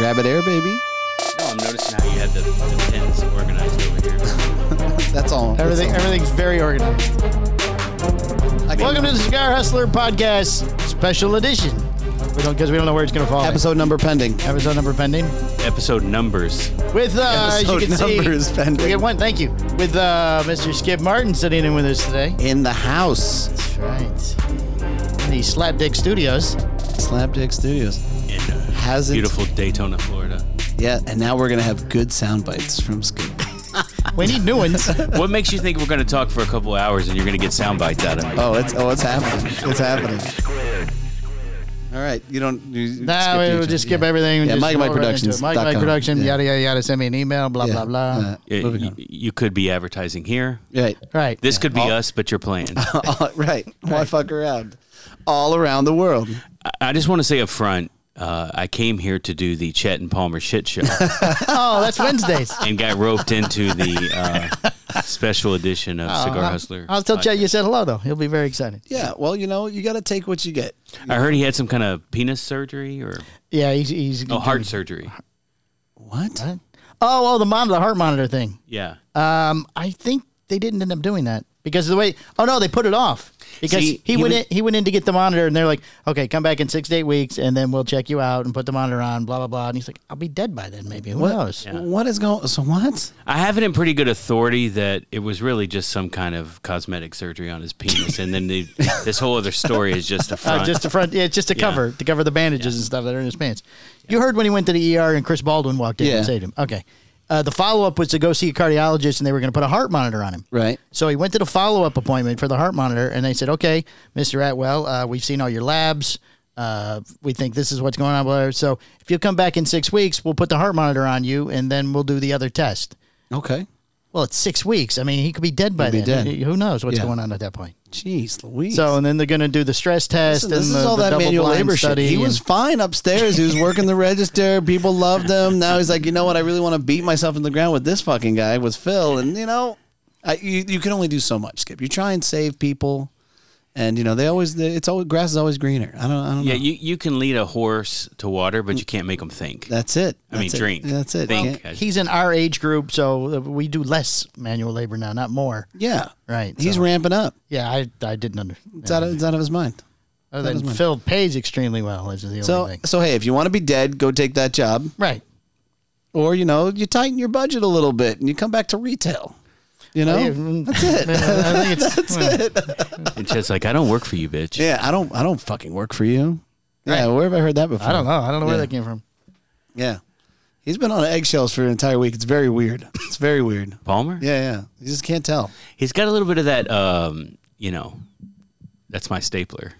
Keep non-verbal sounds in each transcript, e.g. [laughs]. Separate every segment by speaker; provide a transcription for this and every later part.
Speaker 1: Rabbit Air, baby.
Speaker 2: No, I'm noticing how you had the, the pins organized over here.
Speaker 1: That's all. that's
Speaker 3: Everything,
Speaker 1: all.
Speaker 3: everything's very organized.
Speaker 1: I can-
Speaker 3: Welcome to the Cigar Hustler Podcast Special Edition. We don't because we don't know where it's going to fall.
Speaker 1: Episode number pending.
Speaker 3: Episode number pending.
Speaker 2: Episode numbers.
Speaker 3: With uh, as you
Speaker 1: Episode
Speaker 3: can see,
Speaker 1: number is pending.
Speaker 3: we get one. Thank you. With uh, Mr. Skip Martin sitting in with us today.
Speaker 1: In the house,
Speaker 3: That's right. In the Slapdick Studios.
Speaker 1: Slapdick Studios.
Speaker 2: In uh,
Speaker 1: Hasn't.
Speaker 2: beautiful Daytona, Florida.
Speaker 1: Yeah, and now we're going to have good sound bites from Scoop.
Speaker 3: We need
Speaker 1: [laughs]
Speaker 3: new ones.
Speaker 2: What makes you think we're going to talk for a couple hours and you're going to get sound bites out of me?
Speaker 1: Oh, it's oh, it's happening. It's happening. All right, you don't. You you skip the
Speaker 3: nah, we we'll
Speaker 1: intro.
Speaker 3: just skip
Speaker 1: Yeah.
Speaker 3: everything. and
Speaker 1: Yeah,
Speaker 3: just
Speaker 1: Mike and Mike
Speaker 3: roll right into it.
Speaker 1: Productions.
Speaker 3: Mike and Mike
Speaker 1: dot com.
Speaker 3: Production.
Speaker 1: Yeah.
Speaker 3: Yada yada yada. Send me an email. Blah
Speaker 1: Yeah.
Speaker 3: blah blah.
Speaker 1: Uh,
Speaker 2: It-
Speaker 1: moving
Speaker 2: you,
Speaker 1: on.
Speaker 2: you could be advertising here.
Speaker 1: Right. [laughs]
Speaker 3: right.
Speaker 2: This could be
Speaker 1: Oh.
Speaker 2: us, but you're playing. I,
Speaker 1: All-
Speaker 3: [laughs]
Speaker 1: right. Why fuck around? All around the world.
Speaker 2: I just want to say up front, uh, I came here to do the Chet and Palmer shit
Speaker 1: [laughs]
Speaker 2: show [laughs]
Speaker 3: oh, that's Wednesdays.
Speaker 2: and got roped into the uh, special edition
Speaker 1: Uh-huh.
Speaker 2: of Cigar Hustler. Uh,
Speaker 3: I'll tell Chad
Speaker 2: podcast.
Speaker 3: you said hello though. He'll be very excited.
Speaker 1: Yeah. Well, you know, you got to take what you get.
Speaker 2: I heard he had some kind of penis surgery or
Speaker 3: Yeah, he's he's
Speaker 2: oh, heart surgery.
Speaker 1: What?
Speaker 3: What? Oh, oh, the monitor, the heart monitor thing.
Speaker 2: Yeah.
Speaker 3: Um, I think they didn't end up doing that because of the way. Oh no, they put it off because
Speaker 2: See,
Speaker 3: he,
Speaker 2: he
Speaker 3: went
Speaker 2: was-
Speaker 3: in, he went in to get the monitor, and they're like, "Okay, come back in six to eight weeks, and then we'll check you out and put the monitor on." Blah blah blah. And he's like, "I'll be dead by then, maybe. Who knows?"
Speaker 1: What is going? So what?
Speaker 2: I have it in pretty good authority that it was really just some kind of cosmetic surgery on his penis,
Speaker 1: [laughs]
Speaker 2: and then the, this whole other story is just
Speaker 1: Oh,
Speaker 2: a front.
Speaker 3: Uh, just a front, yeah, just to cover to cover the bandages and stuff that are in his pants. You heard when he went to the ER and Chris Baldwin walked in
Speaker 1: Yeah.
Speaker 3: and saved him. Okay, uh, the follow up was to go see a cardiologist, and they were going to put a heart monitor on him.
Speaker 1: Right.
Speaker 3: So he went to the follow up appointment for the heart monitor, and they said, "Okay, Mister Atwell, uh, we've seen all your labs. Uh, we think this is what's going on. whatever. So if you come back in six weeks, we'll put the heart monitor on you, and then we'll do the other test."
Speaker 1: Okay.
Speaker 3: Well, it's six weeks. I mean, he could be dead by
Speaker 1: He'd be
Speaker 3: then.
Speaker 1: dead.
Speaker 3: Who knows what's
Speaker 1: Yeah.
Speaker 3: going on at that point?
Speaker 1: Jeez, Louise.
Speaker 3: So, and then they're going to do the stress test
Speaker 1: Listen,
Speaker 3: and
Speaker 1: this
Speaker 3: the,
Speaker 1: is all
Speaker 3: the
Speaker 1: that
Speaker 3: double
Speaker 1: manual
Speaker 3: blind
Speaker 1: labor shit.
Speaker 3: study.
Speaker 1: He was
Speaker 3: and-
Speaker 1: fine upstairs. He was
Speaker 3: [laughs]
Speaker 1: working the register. People loved him. Now he's like, you know what? I really want to beat myself in the ground with this fucking guy with Phil. And you know, I, you you can only do so much, Skip. You try and save people, and you know they always they, it's always grass is always greener. I don't I don't
Speaker 2: yeah,
Speaker 1: know.
Speaker 2: you, you can lead a horse to water, but you can't make them think.
Speaker 1: That's it.
Speaker 2: I mean,
Speaker 1: That's it.
Speaker 2: drink.
Speaker 1: That's it. You
Speaker 2: Think.
Speaker 1: can't-
Speaker 3: He's in our age group, so uh, we do less manual labor now, not more.
Speaker 1: Yeah.
Speaker 3: Right.
Speaker 1: He's
Speaker 3: so-
Speaker 1: ramping up.
Speaker 3: yeah. I I didn't under.
Speaker 1: It's out of it's out of his mind.
Speaker 3: Other than Phil pays extremely well. Is the only
Speaker 1: So
Speaker 3: thing.
Speaker 1: so hey, if you want to be dead, go take that job,
Speaker 3: Right.
Speaker 1: or you know, you tighten your budget a little bit and you come back to retail. You know,
Speaker 3: That's it. [laughs] I think it's, well,
Speaker 2: And Chet's like, I don't work for you, bitch.
Speaker 1: Yeah, I don't I don't fucking work for you. Yeah, where have I heard that before?
Speaker 3: I don't know. I don't know where
Speaker 1: Yeah.
Speaker 3: that came from.
Speaker 1: Yeah. He's been on eggshells for an entire week. It's very weird. It's very weird.
Speaker 2: Palmer?
Speaker 1: Yeah, yeah. You just can't tell.
Speaker 2: He's got a little bit of that, um, you know, that's my stapler.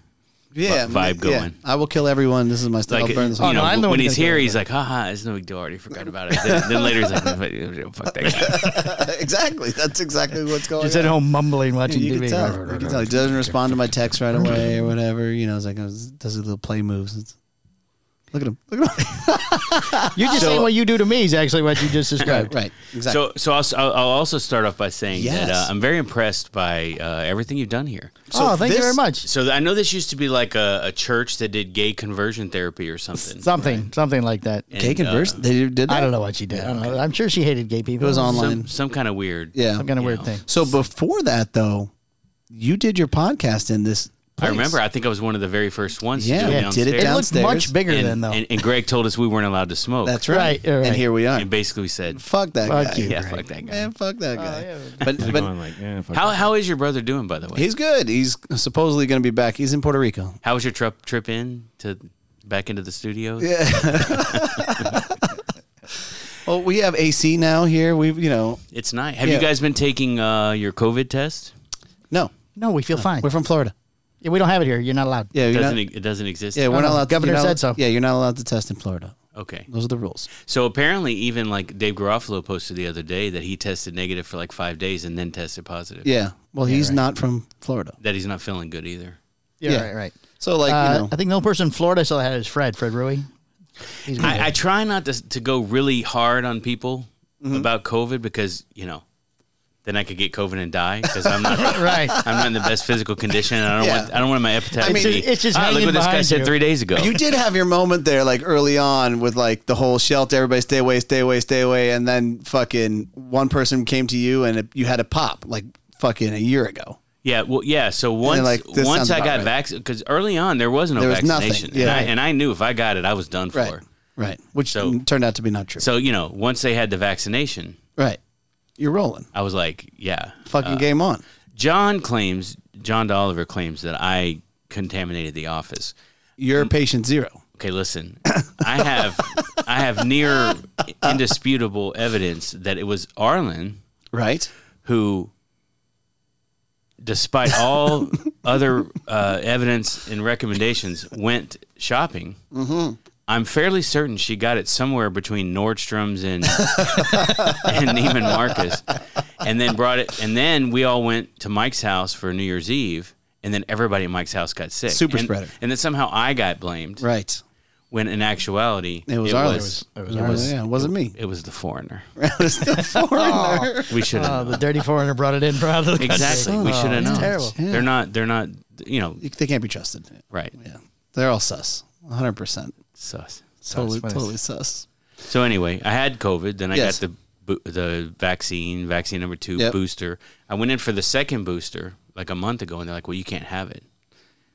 Speaker 1: Yeah.
Speaker 2: Vi- vibe
Speaker 1: yeah.
Speaker 2: going.
Speaker 1: I will kill everyone. This is my stuff.
Speaker 2: Like,
Speaker 1: I'll burn this
Speaker 2: you
Speaker 1: one. [laughs] Oh,
Speaker 2: know,
Speaker 3: no, I'm the one
Speaker 2: when
Speaker 3: who's
Speaker 2: he's
Speaker 3: gonna
Speaker 2: here,
Speaker 3: go
Speaker 2: he's like, haha, it's no big deal. I already forgot about it. Then, then later he's like, fuck that
Speaker 1: [laughs]
Speaker 2: guy.
Speaker 1: exactly. That's exactly what's going
Speaker 3: Just at
Speaker 1: on.
Speaker 3: home mumbling, watching
Speaker 1: You can,
Speaker 3: TV.
Speaker 1: tell. you can tell. He doesn't respond to my text right away or whatever. You know, it's like, oh, does his little play moves. It's, look at him. Look at him. [laughs]
Speaker 3: You're just saying what you do to me is actually what you [laughs] just described.
Speaker 1: right, right. Exactly.
Speaker 2: So, so I'll, s- I'll I'll also start off by saying that uh,
Speaker 1: Yes.
Speaker 2: I'm very impressed by uh, everything you've done here.
Speaker 3: oh, thank you
Speaker 1: this-
Speaker 3: very much.
Speaker 2: So th- I know this used to be like a, a church that did gay conversion therapy or something.
Speaker 3: Something, something like that.
Speaker 2: And,
Speaker 1: Cake and
Speaker 2: uh,
Speaker 1: verse. They did that?
Speaker 3: I don't know what she did. I don't know. I'm sure she hated gay people.
Speaker 1: It was online.
Speaker 2: Some, some kind of weird.
Speaker 1: Yeah.
Speaker 3: Some kind of
Speaker 2: You
Speaker 3: weird
Speaker 2: know.
Speaker 3: thing.
Speaker 1: So before that, though, you did your podcast in this.
Speaker 2: I
Speaker 1: place.
Speaker 2: remember. I think I was one of the very first ones.
Speaker 1: Yeah,
Speaker 2: to do
Speaker 1: yeah, did
Speaker 2: it downstairs.
Speaker 1: it
Speaker 3: It looked
Speaker 1: Downstairs.
Speaker 3: much bigger
Speaker 2: and,
Speaker 3: than though.
Speaker 2: And, and Greg told us we weren't allowed to smoke.
Speaker 1: That's right.
Speaker 3: Right, right.
Speaker 1: And here we are.
Speaker 2: And basically we said,
Speaker 1: Fuck that
Speaker 3: Fuck
Speaker 1: guy.
Speaker 3: you.
Speaker 2: yeah,
Speaker 3: Greg.
Speaker 2: fuck that guy.
Speaker 1: Man, fuck that guy.
Speaker 3: yeah.
Speaker 1: But but
Speaker 2: How how is your brother doing by the way?
Speaker 1: he's good. He's supposedly going to be back. He's in Puerto Rico.
Speaker 2: how was your trip trip in to back into the studio?
Speaker 1: [laughs] Well, we have AC now here. We've you know
Speaker 2: It's nice. Have
Speaker 1: Yeah.
Speaker 2: you guys been taking uh, your COVID test?
Speaker 1: no.
Speaker 3: no, we feel fine.
Speaker 1: We're from Florida.
Speaker 3: Yeah, we don't have it here. You're not allowed.
Speaker 1: Yeah, you're
Speaker 2: Doesn't
Speaker 1: not,
Speaker 2: e- it doesn't exist?
Speaker 1: yeah, we're
Speaker 3: no,
Speaker 1: not allowed.
Speaker 3: governor
Speaker 1: to, you're not-
Speaker 3: said so.
Speaker 1: Yeah, you're not allowed to test in Florida.
Speaker 2: Okay.
Speaker 1: Those are the rules.
Speaker 2: So apparently, even like Dave Garofalo posted the other day that he tested negative for like five days and then tested positive.
Speaker 1: Yeah. Well, he's not from Florida.
Speaker 2: That he's not feeling good either.
Speaker 3: Yeah,
Speaker 1: Yeah.
Speaker 3: right, right.
Speaker 1: So like
Speaker 3: Uh,
Speaker 1: you know,
Speaker 3: I think the only person in Florida still had is Fred, Fred Rui. He's been-
Speaker 2: I, I
Speaker 1: Mm-hmm.
Speaker 2: try not to to go really hard on people about COVID because you know then I could get COVID and die because
Speaker 1: [laughs]
Speaker 2: I'm not.
Speaker 3: [laughs] Right. [laughs]
Speaker 2: I'm not in the best physical condition, and I don't
Speaker 1: Yeah.
Speaker 2: want. I don't want my epitaph.
Speaker 3: I mean,
Speaker 2: to be,
Speaker 3: it's- it's just
Speaker 2: "Ah, look
Speaker 3: hanging
Speaker 2: what this guy
Speaker 3: behind
Speaker 2: said
Speaker 3: you."
Speaker 2: three days ago.
Speaker 1: You did have your moment there, like early on, with like the whole shelter, everybody stay away, stay away, stay away, and then fucking one person came to you and it, you had a pop, like fucking a year ago.
Speaker 2: Yeah, well, yeah. So once
Speaker 1: like, this sounds
Speaker 2: once I
Speaker 1: about
Speaker 2: got
Speaker 1: right.
Speaker 2: vaccinated, because early on there was no
Speaker 1: There was nothing,
Speaker 2: vaccination,
Speaker 1: yeah.
Speaker 2: and, I, and I knew if I got it, I was done for.
Speaker 1: Right, right, which
Speaker 2: So-
Speaker 1: turned out to be not true.
Speaker 2: So you know, once they had the vaccination,
Speaker 1: right, you're rolling,
Speaker 2: I was like, yeah.
Speaker 1: fucking game on.
Speaker 2: John claims, John Dolliver claims that I contaminated the office.
Speaker 1: You're patient zero.
Speaker 2: Okay, listen. [coughs] I have I have near indisputable evidence that it was Arlen
Speaker 1: Right,
Speaker 2: who, despite
Speaker 1: [laughs]
Speaker 2: all other uh, evidence and recommendations, went shopping. Mm-hmm. I'm fairly certain she got it somewhere between Nordstrom's and [laughs] and even Marcus, and then brought it. And then we all went to Mike's house for New Year's Eve, and then everybody at Mike's house got sick.
Speaker 1: Super
Speaker 2: And-
Speaker 1: spreader.
Speaker 2: And then somehow I got blamed.
Speaker 1: right.
Speaker 2: When in actuality,
Speaker 1: It was Arlen.
Speaker 2: it was,
Speaker 1: It was, yeah, it wasn't me.
Speaker 2: it was the foreigner.
Speaker 1: [laughs] It was
Speaker 2: [laughs]
Speaker 1: the foreigner.
Speaker 2: We should have.
Speaker 3: Oh, the dirty foreigner brought it in proudly.
Speaker 2: Exactly. we should have
Speaker 3: it's
Speaker 2: known.
Speaker 3: terrible.
Speaker 1: Yeah.
Speaker 2: They're not. They're not. You know.
Speaker 1: They can't be trusted.
Speaker 2: Right.
Speaker 1: Yeah, they're all sus. 100. percent
Speaker 2: Sus.
Speaker 1: Totally,
Speaker 3: funny.
Speaker 1: totally sus.
Speaker 2: So anyway, I had COVID. Then I
Speaker 1: Yes.
Speaker 2: got the bo- the vaccine, vaccine number two
Speaker 1: Yep.
Speaker 2: booster. I went in for the second booster like a month ago, and they're like, "Well, you can't have it."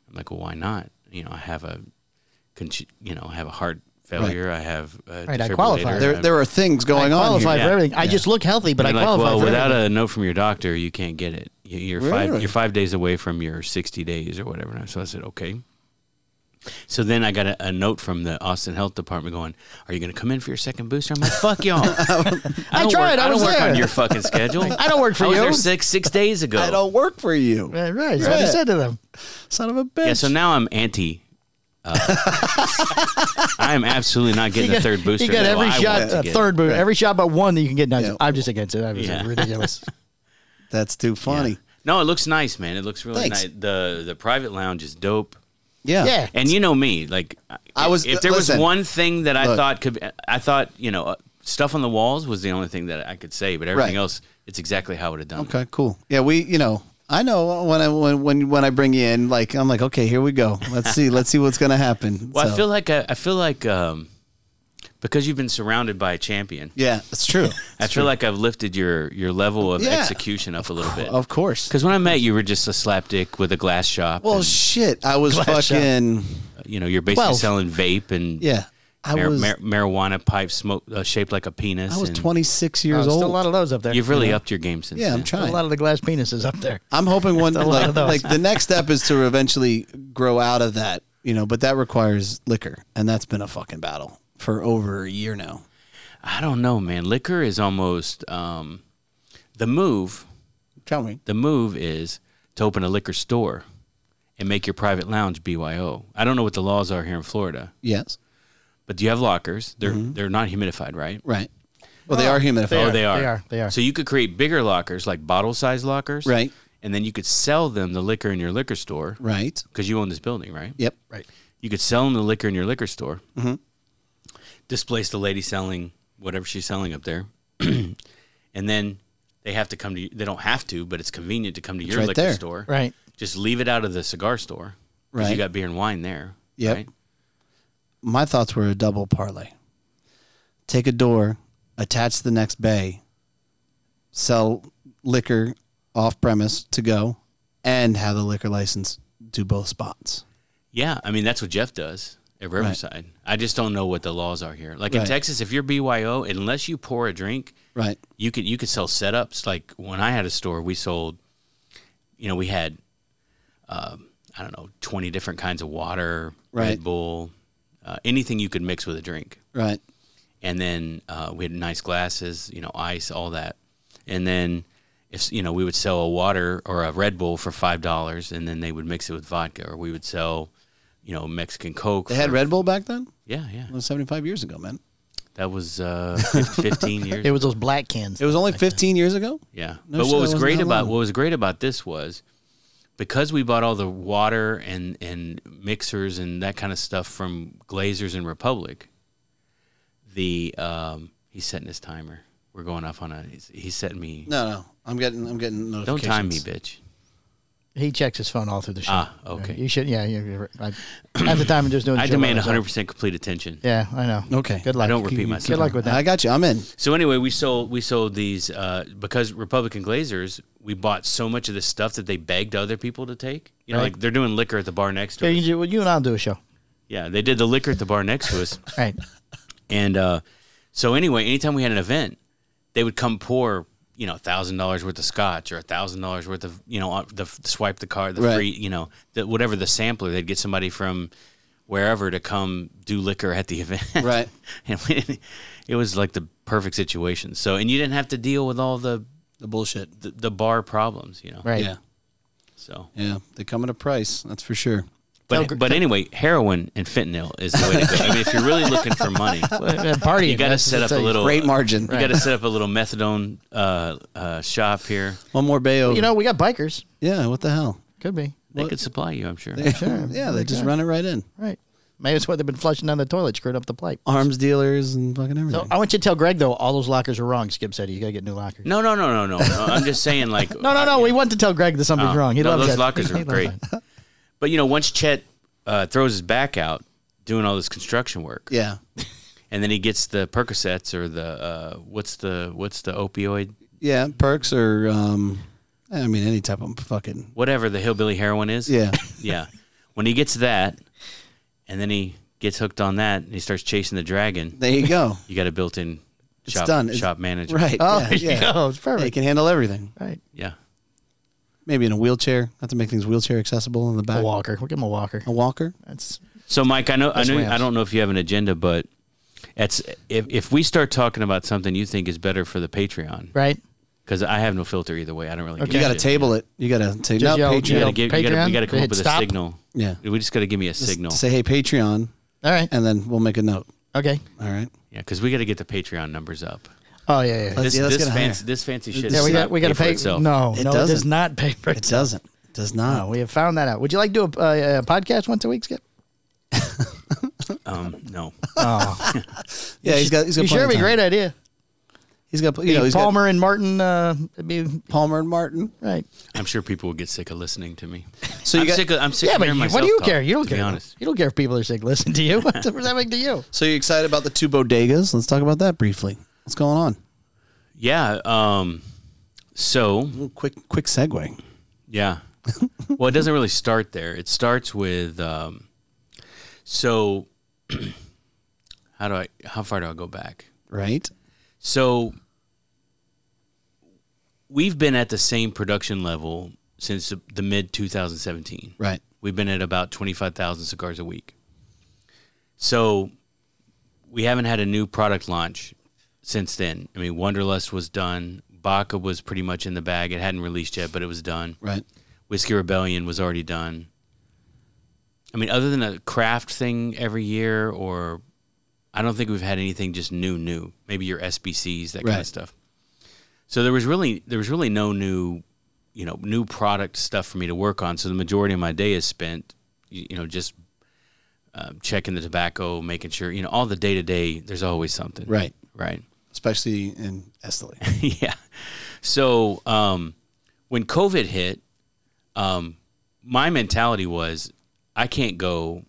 Speaker 2: I'm like, "Well, why not? You know, I have a, con- you know, I have a heart failure. I have a
Speaker 3: Right, I qualify.
Speaker 2: defibrillator.
Speaker 1: There,
Speaker 2: I'm-
Speaker 1: there are things
Speaker 3: I
Speaker 1: going on.
Speaker 3: qualify
Speaker 1: Here.
Speaker 3: for
Speaker 2: Yeah.
Speaker 3: everything. I just look healthy, but I
Speaker 2: They're like,
Speaker 3: qualify
Speaker 2: well,
Speaker 3: for
Speaker 2: without
Speaker 3: everything.
Speaker 2: a note from your doctor, you can't get it. You- You're
Speaker 1: Really?
Speaker 2: five. You're five days away from your sixty days or whatever. And so I said, okay. So then I got a, a note from the Austin Health Department going, "Are you going to come in for your second booster?" I'm like, "Fuck
Speaker 3: [laughs]
Speaker 2: y'all! I,
Speaker 3: I
Speaker 2: don't
Speaker 3: tried,
Speaker 2: Work,
Speaker 3: I was
Speaker 2: don't work
Speaker 3: there.
Speaker 2: on your fucking schedule.
Speaker 3: [laughs] I don't work for
Speaker 2: I was
Speaker 3: you.
Speaker 2: there six six days ago.
Speaker 1: I don't work for you,
Speaker 3: Right, right. That's what I
Speaker 1: Right.
Speaker 3: said to them.
Speaker 1: son of a bitch.
Speaker 2: yeah. So now I'm anti. Uh, [laughs] I am absolutely not getting the third booster.
Speaker 3: You got
Speaker 2: though
Speaker 3: every
Speaker 2: I
Speaker 3: shot,
Speaker 2: want to
Speaker 3: uh,
Speaker 2: get it.
Speaker 3: third booster, every shot but one that you can get. Nice.
Speaker 1: Yeah.
Speaker 3: I'm just against it. That was
Speaker 2: Yeah. [laughs]
Speaker 3: ridiculous.
Speaker 1: That's too funny.
Speaker 2: No, it looks nice, man. It looks really
Speaker 1: Thanks.
Speaker 2: nice. The the private lounge is dope.
Speaker 1: Yeah.
Speaker 3: yeah.
Speaker 2: And you know me, like
Speaker 1: I was-
Speaker 2: If there
Speaker 1: listen.
Speaker 2: was one thing that I
Speaker 1: Look.
Speaker 2: thought could, be, I thought you know, uh, stuff on the walls was the only thing that I could say, but everything
Speaker 1: Right.
Speaker 2: else, it's exactly how I would have done. it.
Speaker 1: Okay. Cool. Yeah. We. You know. I know when I when when when I bring you in, like I'm like, okay, here we go. Let's see. Let's see what's gonna
Speaker 3: [laughs]
Speaker 1: happen.
Speaker 2: Well,
Speaker 1: So-
Speaker 2: I feel like I, I feel like um, because you've been surrounded by a champion,
Speaker 1: Yeah, it's true.
Speaker 3: [laughs]
Speaker 2: I feel like I've lifted your your level of
Speaker 1: Yeah.
Speaker 2: execution up a little bit.
Speaker 1: of course.
Speaker 2: Because when I met you, were just a slapdick with a glass shop.
Speaker 1: Well,
Speaker 2: and, uh,
Speaker 1: shit. I was
Speaker 3: Glass shop.
Speaker 1: fucking.
Speaker 2: you know, you're basically
Speaker 3: Twelve.
Speaker 2: selling vape and
Speaker 1: Yeah. I
Speaker 2: mar-
Speaker 1: was.
Speaker 2: mar- marijuana pipe smoke uh, shaped like a penis.
Speaker 1: I was
Speaker 2: and
Speaker 1: 26
Speaker 3: Oh,
Speaker 1: years
Speaker 3: still
Speaker 1: old.
Speaker 3: a lot of those up there.
Speaker 2: You've really upped your game since.
Speaker 1: yeah, I'm
Speaker 2: then.
Speaker 1: trying.
Speaker 3: a lot of the glass penises up there.
Speaker 1: I'm hoping one
Speaker 3: a lot
Speaker 1: like,
Speaker 3: of those.
Speaker 1: like the next step is to eventually grow out of that, you know, but that requires liquor, and that's been a fucking battle for over a year now.
Speaker 2: I don't know, man. Liquor is almost um, the move.
Speaker 1: Tell me,
Speaker 2: The move is to open a liquor store and make your private lounge BYO. I don't know what the laws are here in Florida,
Speaker 1: yes,
Speaker 2: but do you have lockers? They're they're not humidified, right?
Speaker 1: right? Well, they are humidified.
Speaker 3: Mm-hmm. they
Speaker 2: oh,
Speaker 3: are.
Speaker 2: they are.
Speaker 3: They are. They are.
Speaker 2: So you could create bigger lockers, like bottle size lockers,
Speaker 1: Right.
Speaker 2: And then you could sell them the liquor in your liquor store
Speaker 1: right?
Speaker 2: because you own this building, right?
Speaker 1: Yep.
Speaker 3: Right.
Speaker 2: You could sell them the liquor in your liquor store.
Speaker 1: Mm-hmm.
Speaker 2: Displace the lady selling whatever she's selling up there, [clears throat] and then they have to come to. They don't have to, but it's convenient to come to your
Speaker 1: right
Speaker 2: liquor
Speaker 1: there.
Speaker 2: store.
Speaker 3: Right.
Speaker 2: Just leave it out of the cigar store. 'cause
Speaker 1: Right.
Speaker 2: You got beer and wine there.
Speaker 1: Yep.
Speaker 2: right?
Speaker 1: My thoughts were a double parlay. Take a door, attach the next bay, sell liquor off premise to go, and have the liquor license do both spots.
Speaker 2: Yeah. I mean, that's what Jeff does at Riverside. I just don't know what the laws are here. Like in
Speaker 1: Right.
Speaker 2: Texas, if you're BYO, unless you pour a drink,
Speaker 1: Right.
Speaker 2: you could you could sell setups. Like when I had a store, we sold, you know, we had, um, I don't know, twenty different kinds of water,
Speaker 1: Right.
Speaker 2: Red Bull, uh, anything you could mix with a drink,
Speaker 1: Right.
Speaker 2: and then uh, we had nice glasses, you know, ice, all that, and then. If, you know, we would sell a water or a Red Bull for five dollars, and then they would mix it with vodka. Or we would sell, you know, Mexican Coke.
Speaker 1: They had
Speaker 2: for-
Speaker 1: Red Bull back then.
Speaker 2: Yeah, yeah.
Speaker 1: It was 75 years ago, man.
Speaker 2: That was uh,
Speaker 1: [laughs]
Speaker 2: fif- fifteen years.
Speaker 3: It was those black cans.
Speaker 1: It was only 15 years ago.
Speaker 2: Yeah.
Speaker 1: No
Speaker 2: but
Speaker 1: shit,
Speaker 2: what was
Speaker 1: that wasn't
Speaker 2: great
Speaker 1: that
Speaker 2: about
Speaker 1: long.
Speaker 2: what was great about this was because we bought all the water and and mixers and that kind of stuff from Glazers and Republic. The um, he's setting his timer. We're going off on a. He's, he's setting me.
Speaker 1: No, no. I'm getting I'm getting
Speaker 2: Don't
Speaker 1: notifications.
Speaker 2: time me, bitch.
Speaker 3: He checks his phone all through the show.
Speaker 2: Ah, okay.
Speaker 3: You should. Yeah, you're, you're right. I, half the time
Speaker 2: [clears throat]
Speaker 3: I'm just doing. the
Speaker 2: I
Speaker 3: show by
Speaker 2: demand
Speaker 3: myself.
Speaker 2: 100% complete attention.
Speaker 3: Yeah, I know.
Speaker 1: Okay.
Speaker 3: Good luck.
Speaker 2: I don't repeat myself.
Speaker 3: Good luck with that.
Speaker 1: I got you. I'm in.
Speaker 2: So anyway, we sold we sold these uh, because Republican Glazers. We bought so much of this stuff that they begged other people to take. You know,
Speaker 3: Right.
Speaker 2: like they're doing liquor at the bar next
Speaker 3: Yeah,
Speaker 2: to
Speaker 3: you,
Speaker 2: us.
Speaker 3: can do- well, you and I'll do a show. All
Speaker 2: Yeah, they did the liquor at the bar next to us.
Speaker 3: right.
Speaker 2: And uh, so anyway, anytime we had an event, they would come pour you know thousand dollars worth of scotch or thousand dollars worth of you know uh, the f- swipe the card the
Speaker 1: Right.
Speaker 2: free you know the, whatever the sampler they'd get somebody from wherever to come do liquor at the [laughs] event
Speaker 1: Right.
Speaker 2: and we, it was like the perfect situation so and you didn't have to deal with all the
Speaker 1: The bullshit.
Speaker 2: the, the bar problems you know
Speaker 3: Right.
Speaker 1: Yeah.
Speaker 2: so
Speaker 1: Yeah. They come at a price, that's for sure.
Speaker 2: but but anyway heroin and fentanyl is the way to go I mean if you're really looking for money
Speaker 3: Yeah, party.
Speaker 2: you got to
Speaker 3: that's-
Speaker 2: set up
Speaker 3: that's
Speaker 2: a
Speaker 3: how you-
Speaker 2: little
Speaker 1: Great margin.
Speaker 2: You got to set up a little methadone uh, uh, shop here.
Speaker 1: One more bay over.
Speaker 3: You know, we got bikers.
Speaker 1: yeah, what the hell?
Speaker 3: Could be.
Speaker 2: They could supply you, I'm sure.
Speaker 1: Sure. [laughs] Yeah, they just run it right in.
Speaker 3: Right. Maybe it's what they've been flushing down the toilet, screwed up the pipe.
Speaker 1: Arms dealers and fucking everything.
Speaker 3: So uh, I want you to tell Greg though, all those lockers are wrong. Skip said you got to get new lockers.
Speaker 2: No, no, no, no, no. no. I'm just saying, like,
Speaker 3: [laughs] No, no, no. We want to tell Greg that something's wrong. He
Speaker 2: Oh. no,
Speaker 3: loves
Speaker 2: those
Speaker 3: that.
Speaker 2: lockers
Speaker 3: [laughs] He
Speaker 2: are
Speaker 3: loves
Speaker 2: great.
Speaker 3: that.
Speaker 2: But you know, once Chet uh, throws his back out doing all this construction work,
Speaker 1: yeah.
Speaker 2: and then he gets the Percocets or the uh, what's the what's the opioid,
Speaker 1: Yeah. Perks or um I mean any type of fucking
Speaker 2: whatever the hillbilly heroin is.
Speaker 1: Yeah.
Speaker 2: yeah. When he gets that, and then he gets hooked on that, and he starts chasing the dragon.
Speaker 1: There you go.
Speaker 2: You got a built-in shop
Speaker 1: done. It's-
Speaker 2: shop manager,
Speaker 1: Right.
Speaker 3: Oh, [laughs]
Speaker 1: yeah,
Speaker 3: there you
Speaker 1: yeah.
Speaker 3: go. It's
Speaker 1: They
Speaker 3: perfect.
Speaker 1: can handle everything.
Speaker 3: Right.
Speaker 2: Yeah.
Speaker 1: Maybe in a wheelchair. Have to make things wheelchair accessible in the
Speaker 3: A
Speaker 1: back.
Speaker 3: walker. We'll give him a walker.
Speaker 1: A walker.
Speaker 3: That's
Speaker 2: So, Mike, I know, I
Speaker 3: Yes,
Speaker 2: know,
Speaker 3: we have.
Speaker 2: I don't know if you have an agenda, but it's if if we start talking about something you think is better for the Patreon,
Speaker 3: right.
Speaker 2: because I have no filter either way. I don't really. give
Speaker 1: You
Speaker 2: a
Speaker 1: got to
Speaker 2: shit.
Speaker 1: table it. You got to say no
Speaker 3: yell-
Speaker 1: Patreon.
Speaker 2: You gotta
Speaker 3: yell.
Speaker 2: give- you gotta- you
Speaker 3: Patreon,
Speaker 2: gotta come up
Speaker 3: hit
Speaker 2: with a
Speaker 3: stop.
Speaker 2: signal.
Speaker 1: Yeah.
Speaker 2: We just got to give me a
Speaker 1: Just
Speaker 2: signal.
Speaker 1: Say hey Patreon,
Speaker 3: All right.
Speaker 1: and then we'll make a note.
Speaker 3: Okay.
Speaker 1: All right.
Speaker 2: yeah, because we got to get the Patreon numbers up.
Speaker 3: Oh yeah, yeah. yeah.
Speaker 1: Let's-
Speaker 2: This
Speaker 1: yeah, let's
Speaker 2: this
Speaker 1: get higher.
Speaker 2: fancy this fancy shit.
Speaker 3: Yeah,
Speaker 2: does
Speaker 3: we got
Speaker 2: not
Speaker 3: we got to
Speaker 2: for
Speaker 3: pay.
Speaker 2: itself.
Speaker 3: No,
Speaker 1: It
Speaker 3: no, it does
Speaker 1: doesn't.
Speaker 3: not pay for
Speaker 1: It
Speaker 3: itself.
Speaker 1: doesn't. It does not.
Speaker 3: No, we have found that out. Would you like to do a, a, a podcast once a week, Skip?
Speaker 2: um,
Speaker 3: [laughs]
Speaker 2: no.
Speaker 3: Oh,
Speaker 1: yeah, he's got. He's got.
Speaker 3: you sure?
Speaker 1: plenty
Speaker 3: Be
Speaker 1: of
Speaker 3: great
Speaker 1: time.
Speaker 3: idea.
Speaker 1: He's got. You know, he's
Speaker 3: Palmer and Martin. Uh, it'd be
Speaker 1: got Palmer and Martin.
Speaker 3: right.
Speaker 2: I'm sure people will get sick of listening to me.
Speaker 1: So you
Speaker 2: I'm
Speaker 1: got.
Speaker 2: sick. Of, I'm sick.
Speaker 3: Yeah,
Speaker 2: of
Speaker 3: but
Speaker 2: hearing
Speaker 3: you, what
Speaker 2: myself
Speaker 3: do you
Speaker 2: talk,
Speaker 3: care? You don't
Speaker 2: to be
Speaker 3: care.
Speaker 2: honest.
Speaker 3: You don't care if people are sick. Listen to you. [laughs] What does that make to you?
Speaker 1: so you're excited about the two bodegas? Let's talk about that briefly. What's going on?
Speaker 2: Yeah. Um. So
Speaker 1: Ooh, quick, quick segue.
Speaker 2: Yeah. well, it doesn't really start there. It starts with um, so [clears throat] how do I how far do I go back?
Speaker 1: Right.
Speaker 2: So we've been at the same production level since the, the mid 2017.
Speaker 1: Right.
Speaker 2: We've been at about 25,000 cigars a week. So we haven't had a new product launch since then. I mean, Wonderlust was done. Baca was pretty much in the bag. It hadn't released yet, but it was done.
Speaker 1: Right.
Speaker 2: Whiskey Rebellion was already done. I mean, other than a craft thing every year, or I don't think we've had anything just new, new. Maybe your SBCs, that kind
Speaker 1: Right.
Speaker 2: of stuff. So there was really there was really no new, you know, new product stuff for me to work on. So the majority of my day is spent, you, you know, just uh, checking the tobacco, making sure you know all the day to day. There's always something,
Speaker 1: Right.
Speaker 2: Right
Speaker 1: Especially in Esteli.
Speaker 2: [laughs] yeah. So um, when COVID hit, um, my mentality was I can't go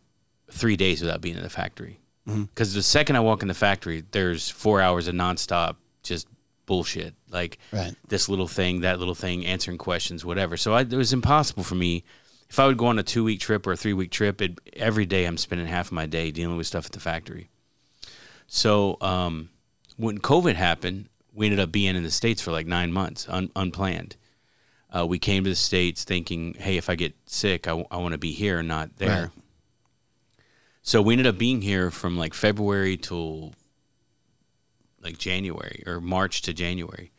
Speaker 2: three days without being in the factory because the second I walk in the factory, there's four hours of nonstop just bullshit, like
Speaker 1: Right.
Speaker 2: this little thing, that little thing, answering questions, whatever. So I, it was impossible for me. If I would go on a two week trip or a three week trip, it, every day I'm spending half of my day dealing with stuff at the factory. So um, when COVID happened, we ended up being in the states for like nine months, un- unplanned. Uh, we came to the states thinking, "Hey, if I get sick, I, want to be here and not there."
Speaker 1: Right.
Speaker 2: So we ended up being here from like February till like January or March to January,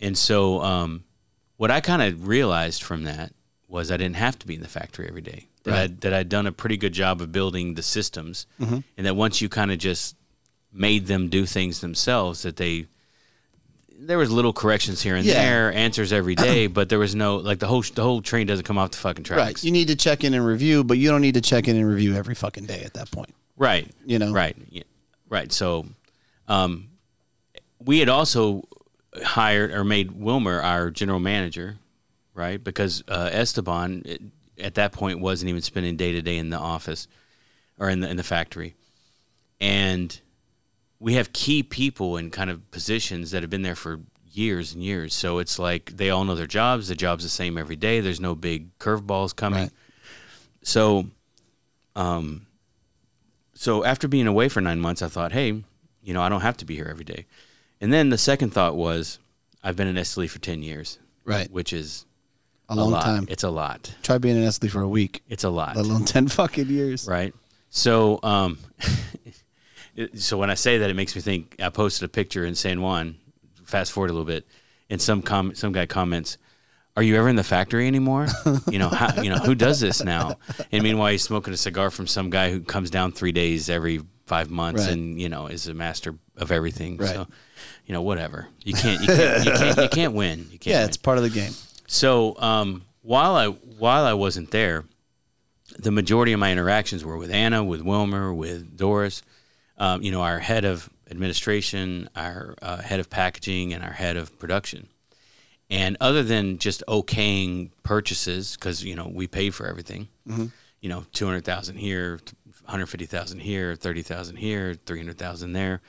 Speaker 2: and so um, what I kind of realized from that was I didn't have to be in the factory every day. That i I, that I'd done a pretty good job of building the systems,
Speaker 1: Mm-hmm.
Speaker 2: and that once you kind of just made them do things themselves, that they there was little corrections here and
Speaker 1: Yeah.
Speaker 2: there, answers
Speaker 1: [clears throat]
Speaker 2: every day, but there was no like the whole the whole train doesn't come off the fucking
Speaker 1: Right.
Speaker 2: tracks.
Speaker 1: You need to check in and review, but you don't need to check in and review every fucking day at that point.
Speaker 2: Right.
Speaker 1: You know?
Speaker 2: Right. Yeah. Right. So, um, we had also hired or made Wilmer our general manager, right? Because uh, Esteban it, at that point wasn't even spending day to day in the office or in the in the factory, and we have key people in kind of positions that have been there for years and years. So it's like they all know their jobs. The job's the same every day. There's no big curveballs coming.
Speaker 1: Right.
Speaker 2: So, um, so after being away for nine months, I thought, hey, you know, I don't have to be here every day. And then the second thought was, I've been in Esteli E for ten years,
Speaker 1: Right.
Speaker 2: Which is
Speaker 1: A long
Speaker 2: lot.
Speaker 1: time.
Speaker 2: It's a lot.
Speaker 1: Try being an Nestle for a week,
Speaker 2: It's a lot.
Speaker 1: let alone 10 [laughs] fucking years.
Speaker 2: Right. So, um, [laughs] it- so when I say that, it makes me think. I posted a picture in San Juan. Fast forward a little bit, and some com- some guy comments, "Are you ever in the factory anymore? You know, how, you know who does this now?" And meanwhile, he's smoking a cigar from some guy who comes down three days every five months,
Speaker 1: Right.
Speaker 2: and you know is a master of everything.
Speaker 1: Right.
Speaker 2: So, you know, whatever. You can't. You can't. You can't, you can't win. You can't
Speaker 1: Yeah,
Speaker 2: win.
Speaker 1: it's part of the game.
Speaker 2: So um, while I while I wasn't there, the majority of my interactions were with Anna, with Wilmer, with Doris. Um, you know, our head of administration, our uh, head of packaging, and our head of production. And other than just okaying purchases, because you know we paid for everything. You know, two hundred thousand here, hundred fifty thousand here, thirty thousand here, three hundred thousand there.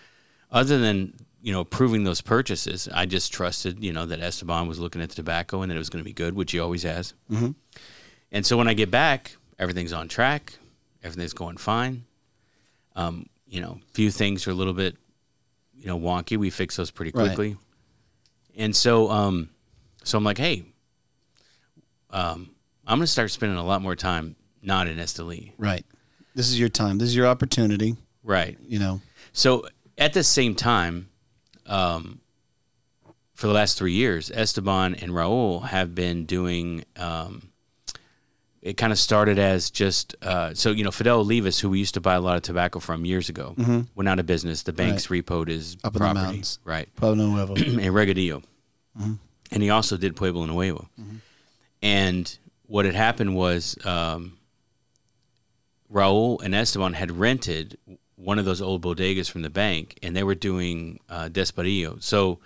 Speaker 2: Other than you know approving those purchases, I just trusted you know that Esteban was looking at the tobacco and that it was going to be good, which he always has. And so when I get back, everything's on track, everything's going fine. Um, you know, few things are a little bit, you know, wonky. We fix those pretty
Speaker 1: Right.
Speaker 2: quickly. And so, um, so I'm like, hey, um, I'm going to start spending a lot more time not in E. Esteli,
Speaker 1: Right. This is your time. This is your opportunity,
Speaker 2: right?
Speaker 1: you know.
Speaker 2: So at the same time, um, for the last three years, Esteban and Raul have been doing. Um, it kind of started as just uh, so you know Fidel Olivas, who we used to buy a lot of tobacco from years ago, went out of business. The banks repoed his
Speaker 1: Mm-hmm. Up in the
Speaker 2: property,
Speaker 1: mountains.
Speaker 2: right?
Speaker 1: Pueblo
Speaker 2: [coughs]
Speaker 1: Nuevo.
Speaker 2: [clears throat] and Regadillo. And he also did Pueblo Nuevo. And what had happened was um, Raul and Esteban had rented one of those old bodegas from the bank and they were doing uh, Desperillo. So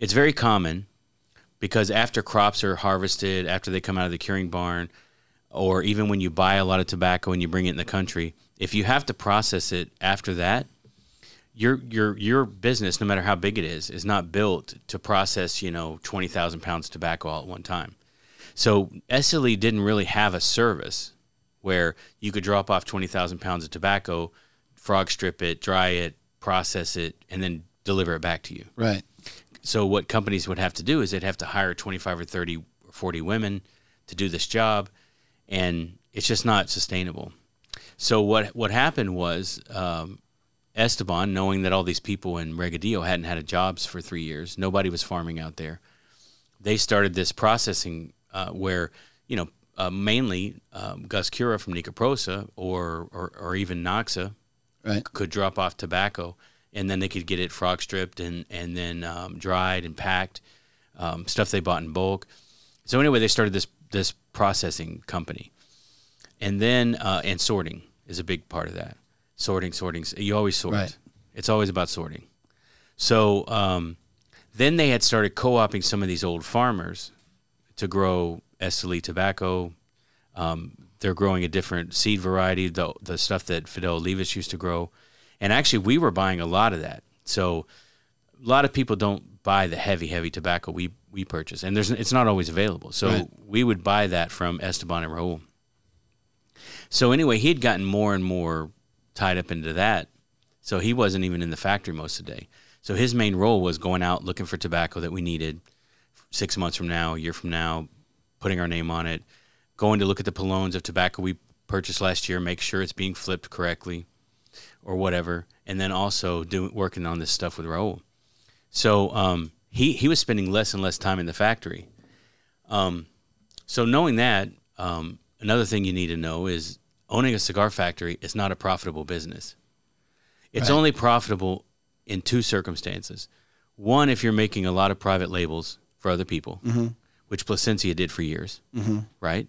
Speaker 2: it's very common because after crops are harvested, after they come out of the curing barn, or even when you buy a lot of tobacco and you bring it in the country, if you have to process it after that, your your your business, no matter how big it is, is not built to process you know twenty thousand pounds of tobacco all at one time. So SLE didn't really have a service where you could drop off twenty thousand pounds of tobacco, frog strip it, dry it, process it, and then deliver it back to you.
Speaker 1: Right.
Speaker 2: So what companies would have to do is they'd have to hire 25 or 30 or 40 women to do this job, and it's just not sustainable. So what what happened was um, Esteban, knowing that all these people in Regadillo hadn't had a jobs for three years, nobody was farming out there. They started this processing uh, where you know uh, mainly um, Gus Cura from Nicoprosa or, or or even Noxa
Speaker 1: Right.
Speaker 2: could drop off tobacco, and then they could get it frog stripped and and then um, dried and packed, um, stuff they bought in bulk. So anyway, they started this this processing company, and then uh, and sorting is a big part of that. Sorting, sorting. You always sort.
Speaker 1: Right.
Speaker 2: It's always about sorting. So um, then they had started co-opting some of these old farmers to grow Esteli tobacco. Um, they're growing a different seed variety, the the stuff that Fidel Olivas used to grow, and actually we were buying a lot of that. So a lot of people don't buy the heavy, heavy tobacco we we purchase, and there's it's not always available. So
Speaker 1: Right.
Speaker 2: we would buy that from Esteban and Raul. So anyway, he had gotten more and more tied up into that. So he wasn't even in the factory most of the day. So his main role was going out looking for tobacco that we needed six months from now, a year from now, putting our name on it, going to look at the palones of tobacco we purchased last year, make sure it's being flipped correctly or whatever, and then also doing working on this stuff with Raul. So um, he he was spending less and less time in the factory. Um, so knowing that, um, another thing you need to know is owning a cigar factory is not a profitable business. It's only profitable in two circumstances. One, if you're making a lot of private labels for other people,
Speaker 1: Mm-hmm.
Speaker 2: which Placencia did for years, right?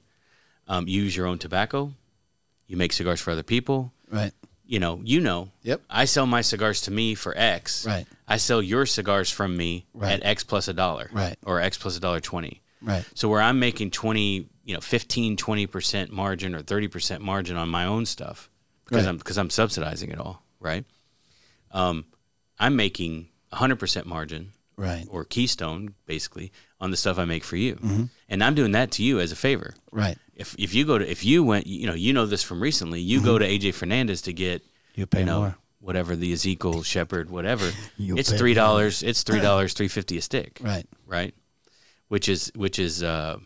Speaker 2: Um, you use your own tobacco, you make cigars for other people,
Speaker 1: Right.
Speaker 2: you know, you know.
Speaker 1: Yep.
Speaker 2: I sell my cigars to me for X.
Speaker 1: Right.
Speaker 2: I sell your cigars from me
Speaker 1: Right.
Speaker 2: at X plus a dollar.
Speaker 1: Right.
Speaker 2: Or X plus a dollar twenty.
Speaker 1: Right.
Speaker 2: So where I'm making 20, you know, 15, 20% margin or 30% margin on my own stuff because
Speaker 1: Right.
Speaker 2: I'm because I'm subsidizing it all, right? Um, I'm making 100% margin
Speaker 1: Right.
Speaker 2: or keystone basically on the stuff I make for you.
Speaker 3: Mm-hmm.
Speaker 2: And I'm doing that to you as a favor.
Speaker 1: Right.
Speaker 2: If if you go to if you went, you know, you know this from recently, you
Speaker 3: Mm-hmm.
Speaker 2: go to AJ Fernandez to get
Speaker 1: You pay
Speaker 2: you know,
Speaker 1: more.
Speaker 2: whatever the Ezekiel Shepherd,
Speaker 3: [laughs]
Speaker 2: whatever.
Speaker 3: You
Speaker 2: it's
Speaker 3: pay
Speaker 2: three dollars. It's three dollars three fifty a stick,
Speaker 1: Right.
Speaker 2: right? Which is which is uh,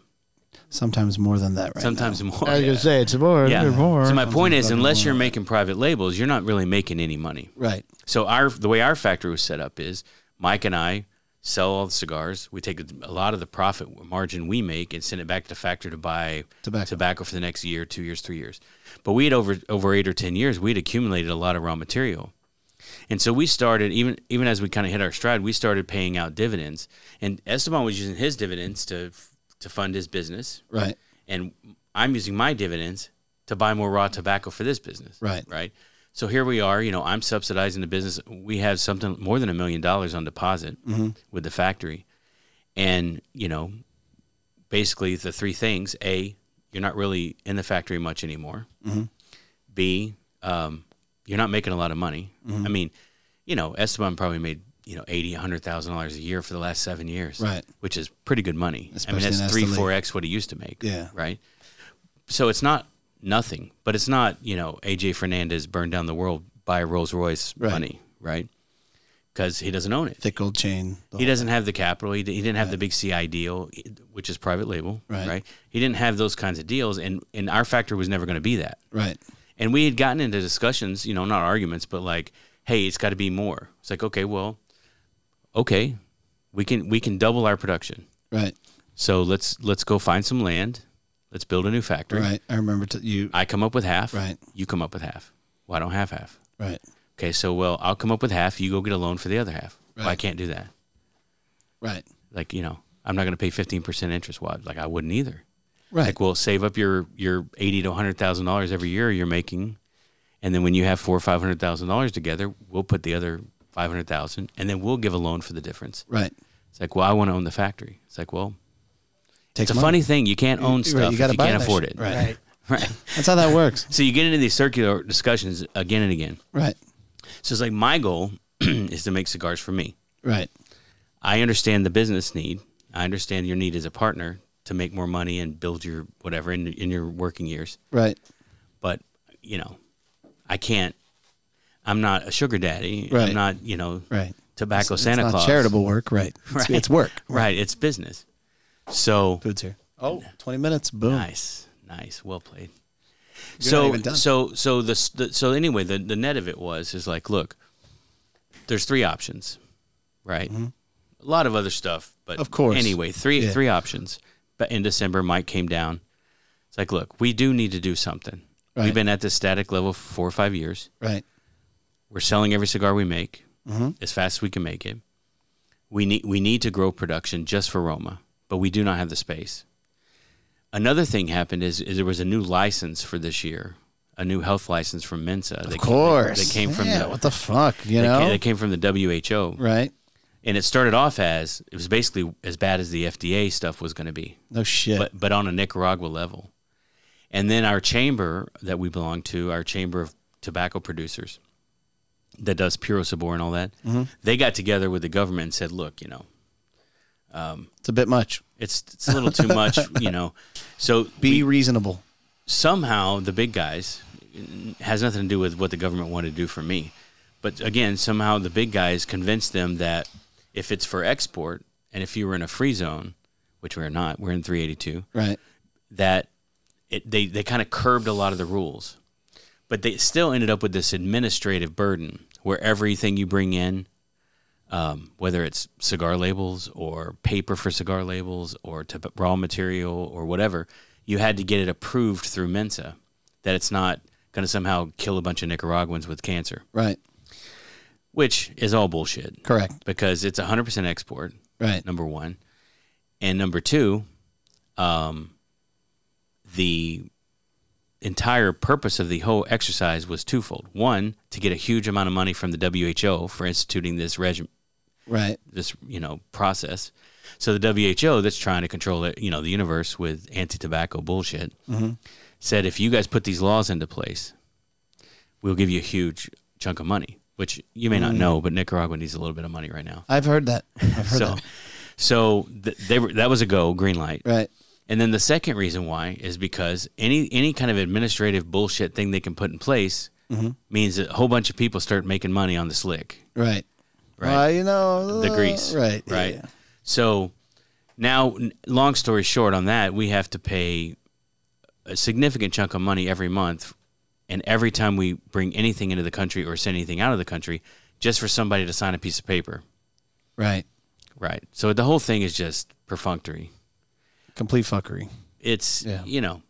Speaker 1: Sometimes more than that. Right.
Speaker 2: sometimes more.
Speaker 3: I was gonna say it's more.
Speaker 2: yeah.
Speaker 3: they're more.
Speaker 2: So my point is, unless you're making private labels, you're not really making any money.
Speaker 1: now. Right.
Speaker 2: So our the way our factory was set up is Mike and I sell all the cigars. We take a lot of the profit margin we make and send it back to the factory to buy
Speaker 1: Tobacco.
Speaker 2: for the next year, two years, three years. But we had over over eight or ten years, we'd accumulated a lot of raw material. And so we started even even as we kind of hit our stride, we started paying out dividends. And Esteban was using his dividends to to fund his business,
Speaker 1: Right.
Speaker 2: and I'm using my dividends to buy more raw tobacco for this business.
Speaker 1: Right.
Speaker 2: Right. So here we are, you know, I'm subsidizing the business. We have something more than a million dollars on deposit
Speaker 1: Mm-hmm.
Speaker 2: with the factory. And, you know, basically the three things A, you're not really in the factory much anymore.
Speaker 1: Mm-hmm.
Speaker 2: B, um, you're not making a lot of money.
Speaker 1: Mm-hmm.
Speaker 2: I mean, you know, Esteban probably made, you know, eighty, hundred thousand dollars a year for the last seven years.
Speaker 1: Right.
Speaker 2: Which is pretty good money.
Speaker 1: Especially
Speaker 2: I mean
Speaker 1: in
Speaker 2: that's three,
Speaker 1: Esteli.
Speaker 2: four X what he used to make.
Speaker 1: Yeah.
Speaker 2: Right. So it's not nothing, but it's not, you know, AJ Fernandez burned down the world by Rolls Royce
Speaker 1: Right.
Speaker 2: money, right? Because he doesn't own it.
Speaker 1: Thick old chain. The
Speaker 2: He
Speaker 1: whole-
Speaker 2: doesn't have the capital. He, di- he didn't have the big CI deal, which is private label,
Speaker 1: Right.
Speaker 2: right? He didn't have those kinds of deals, and and our factory was never going to be that.
Speaker 1: Right.
Speaker 2: And we had gotten into discussions, you know, not arguments, but like, hey, it's got to be more. It's like, okay, well, okay, we can we can double our production.
Speaker 1: Right.
Speaker 2: So let's let's go find some land. Let's build a new factory.
Speaker 1: Right. I remember t- you.
Speaker 2: I come up with half.
Speaker 1: Right.
Speaker 2: You come up with half. Well, I don't have half.
Speaker 1: Right.
Speaker 2: Okay, so well, I'll come up with half. You go get a loan for the other half. Well, I
Speaker 1: Right.
Speaker 2: can't do that.
Speaker 1: Right.
Speaker 2: Like you know, I'm not going to pay 15 percent interest. Why? Like I wouldn't either.
Speaker 1: Right.
Speaker 2: Like, well, save up your your 80 to 100 thousand dollars every year you're making, and then when you have four or five hundred thousand dollars together, we'll put the other five hundred thousand, and then we'll give a loan for the difference.
Speaker 1: Right.
Speaker 2: It's like, well, I want to own the factory. It's like, well,
Speaker 1: Takes
Speaker 2: it's a
Speaker 1: money.
Speaker 2: funny thing. You can't own
Speaker 1: Right,
Speaker 2: stuff if
Speaker 1: gotta
Speaker 2: you
Speaker 1: buy
Speaker 2: can't
Speaker 1: that
Speaker 2: afford
Speaker 1: shit.
Speaker 2: it.
Speaker 1: Right.
Speaker 3: Right.
Speaker 2: [laughs] Right.
Speaker 1: That's how that works.
Speaker 2: So you get into these circular discussions again and again.
Speaker 1: Right.
Speaker 2: So it's like my goal [clears throat] is to make cigars for me.
Speaker 1: Right.
Speaker 2: I understand the business need. I understand your need as a partner to make more money and build your whatever in, in your working years.
Speaker 1: Right.
Speaker 2: But you know, I can't. I'm not a sugar daddy.
Speaker 1: Right.
Speaker 2: I'm not you know
Speaker 1: Right.
Speaker 2: tobacco
Speaker 1: It's
Speaker 2: Santa
Speaker 1: not
Speaker 2: Claus.
Speaker 1: charitable work. Right. It's,
Speaker 2: Right.
Speaker 1: it's work.
Speaker 2: Right. It's business. So
Speaker 1: Food's here. Oh, 20 minutes. Boom.
Speaker 2: nice, nice, well played.
Speaker 1: You're not
Speaker 2: so
Speaker 1: even done.
Speaker 2: so so the, s- the so anyway the the net of it was is like look, there's three options, right? A lot of other stuff, but
Speaker 1: Mm-hmm. Of course.
Speaker 2: anyway, three
Speaker 1: Yeah.
Speaker 2: three options. But in December, Mike came down. It's like look, we do need to do something.
Speaker 1: Right.
Speaker 2: We've been at this static level for four or five years.
Speaker 1: Right.
Speaker 2: We're selling every cigar we make
Speaker 1: Mm-hmm.
Speaker 2: as fast as we can make it. We need we need to grow production just for Roma, but we do not have the space. Another thing happened is, is there was a new license for this year, a new health license from Mensa.
Speaker 1: Of course.
Speaker 2: they, came from
Speaker 1: Yeah,
Speaker 2: the,
Speaker 1: what the fuck, you
Speaker 2: they
Speaker 1: know?
Speaker 2: came, they came from the WHO,
Speaker 1: right.
Speaker 2: and it started off as it was basically as bad as the FDA stuff was going to be
Speaker 1: No shit.
Speaker 2: but but on a Nicaragua level. And then our chamber that we belong to, our chamber of tobacco producers that does Puro Sabor and all that, they got together with the government and said, "Look, you know,
Speaker 1: it's a bit much.
Speaker 2: it's it's a little too much, you know." So
Speaker 1: Be
Speaker 2: we-
Speaker 1: reasonable.
Speaker 2: somehow the big guys it has nothing to do with what the government wanted to do for me, but again, somehow the big guys convinced them that if it's for export and if you were in a free zone, which we're not, we're in 382,
Speaker 1: Right.
Speaker 2: that it, they, they kind of curbed a lot of the rules, but they still ended up with this administrative burden where everything you bring in, um, whether it's cigar labels or paper for cigar labels or to raw material or whatever, you had to get it approved through Mensa that it's not going to somehow kill a bunch of Nicaraguans with cancer,
Speaker 1: Right.
Speaker 2: which is all bullshit
Speaker 1: Correct.
Speaker 2: because it's 100% export
Speaker 1: Right.
Speaker 2: number one, and number two, um, the entire purpose of the whole exercise was twofold. One, to get a huge amount of money from the WHO for instituting this regime,
Speaker 1: Right.
Speaker 2: this you know process. So the WHO that's trying to control it, you know, the universe with anti-tobacco bullshit, said if you guys put these laws into place, we'll give you a huge chunk of money. Which you may not know, but Nicaragua needs a little bit of money right now.
Speaker 1: I've heard that. I've heard
Speaker 2: [laughs] So,
Speaker 1: that.
Speaker 2: so th- they were, that was a go, green light.
Speaker 1: Right.
Speaker 2: And then the second reason why is because any any kind of administrative bullshit thing they can put in place
Speaker 1: Mm-hmm.
Speaker 2: means that a whole bunch of people start making money on the slick,
Speaker 1: Right.
Speaker 2: right?
Speaker 1: Uh, you know
Speaker 2: the
Speaker 1: uh,
Speaker 2: grease,
Speaker 1: Right.
Speaker 2: Right.
Speaker 1: yeah.
Speaker 2: So now, n- long story short, on that we have to pay a significant chunk of money every month, and every time we bring anything into the country or send anything out of the country, just for somebody to sign a piece of paper,
Speaker 1: Right.
Speaker 2: right? So the whole thing is just perfunctory.
Speaker 1: Complete fuckery.
Speaker 2: It's
Speaker 1: Yeah.
Speaker 2: you know,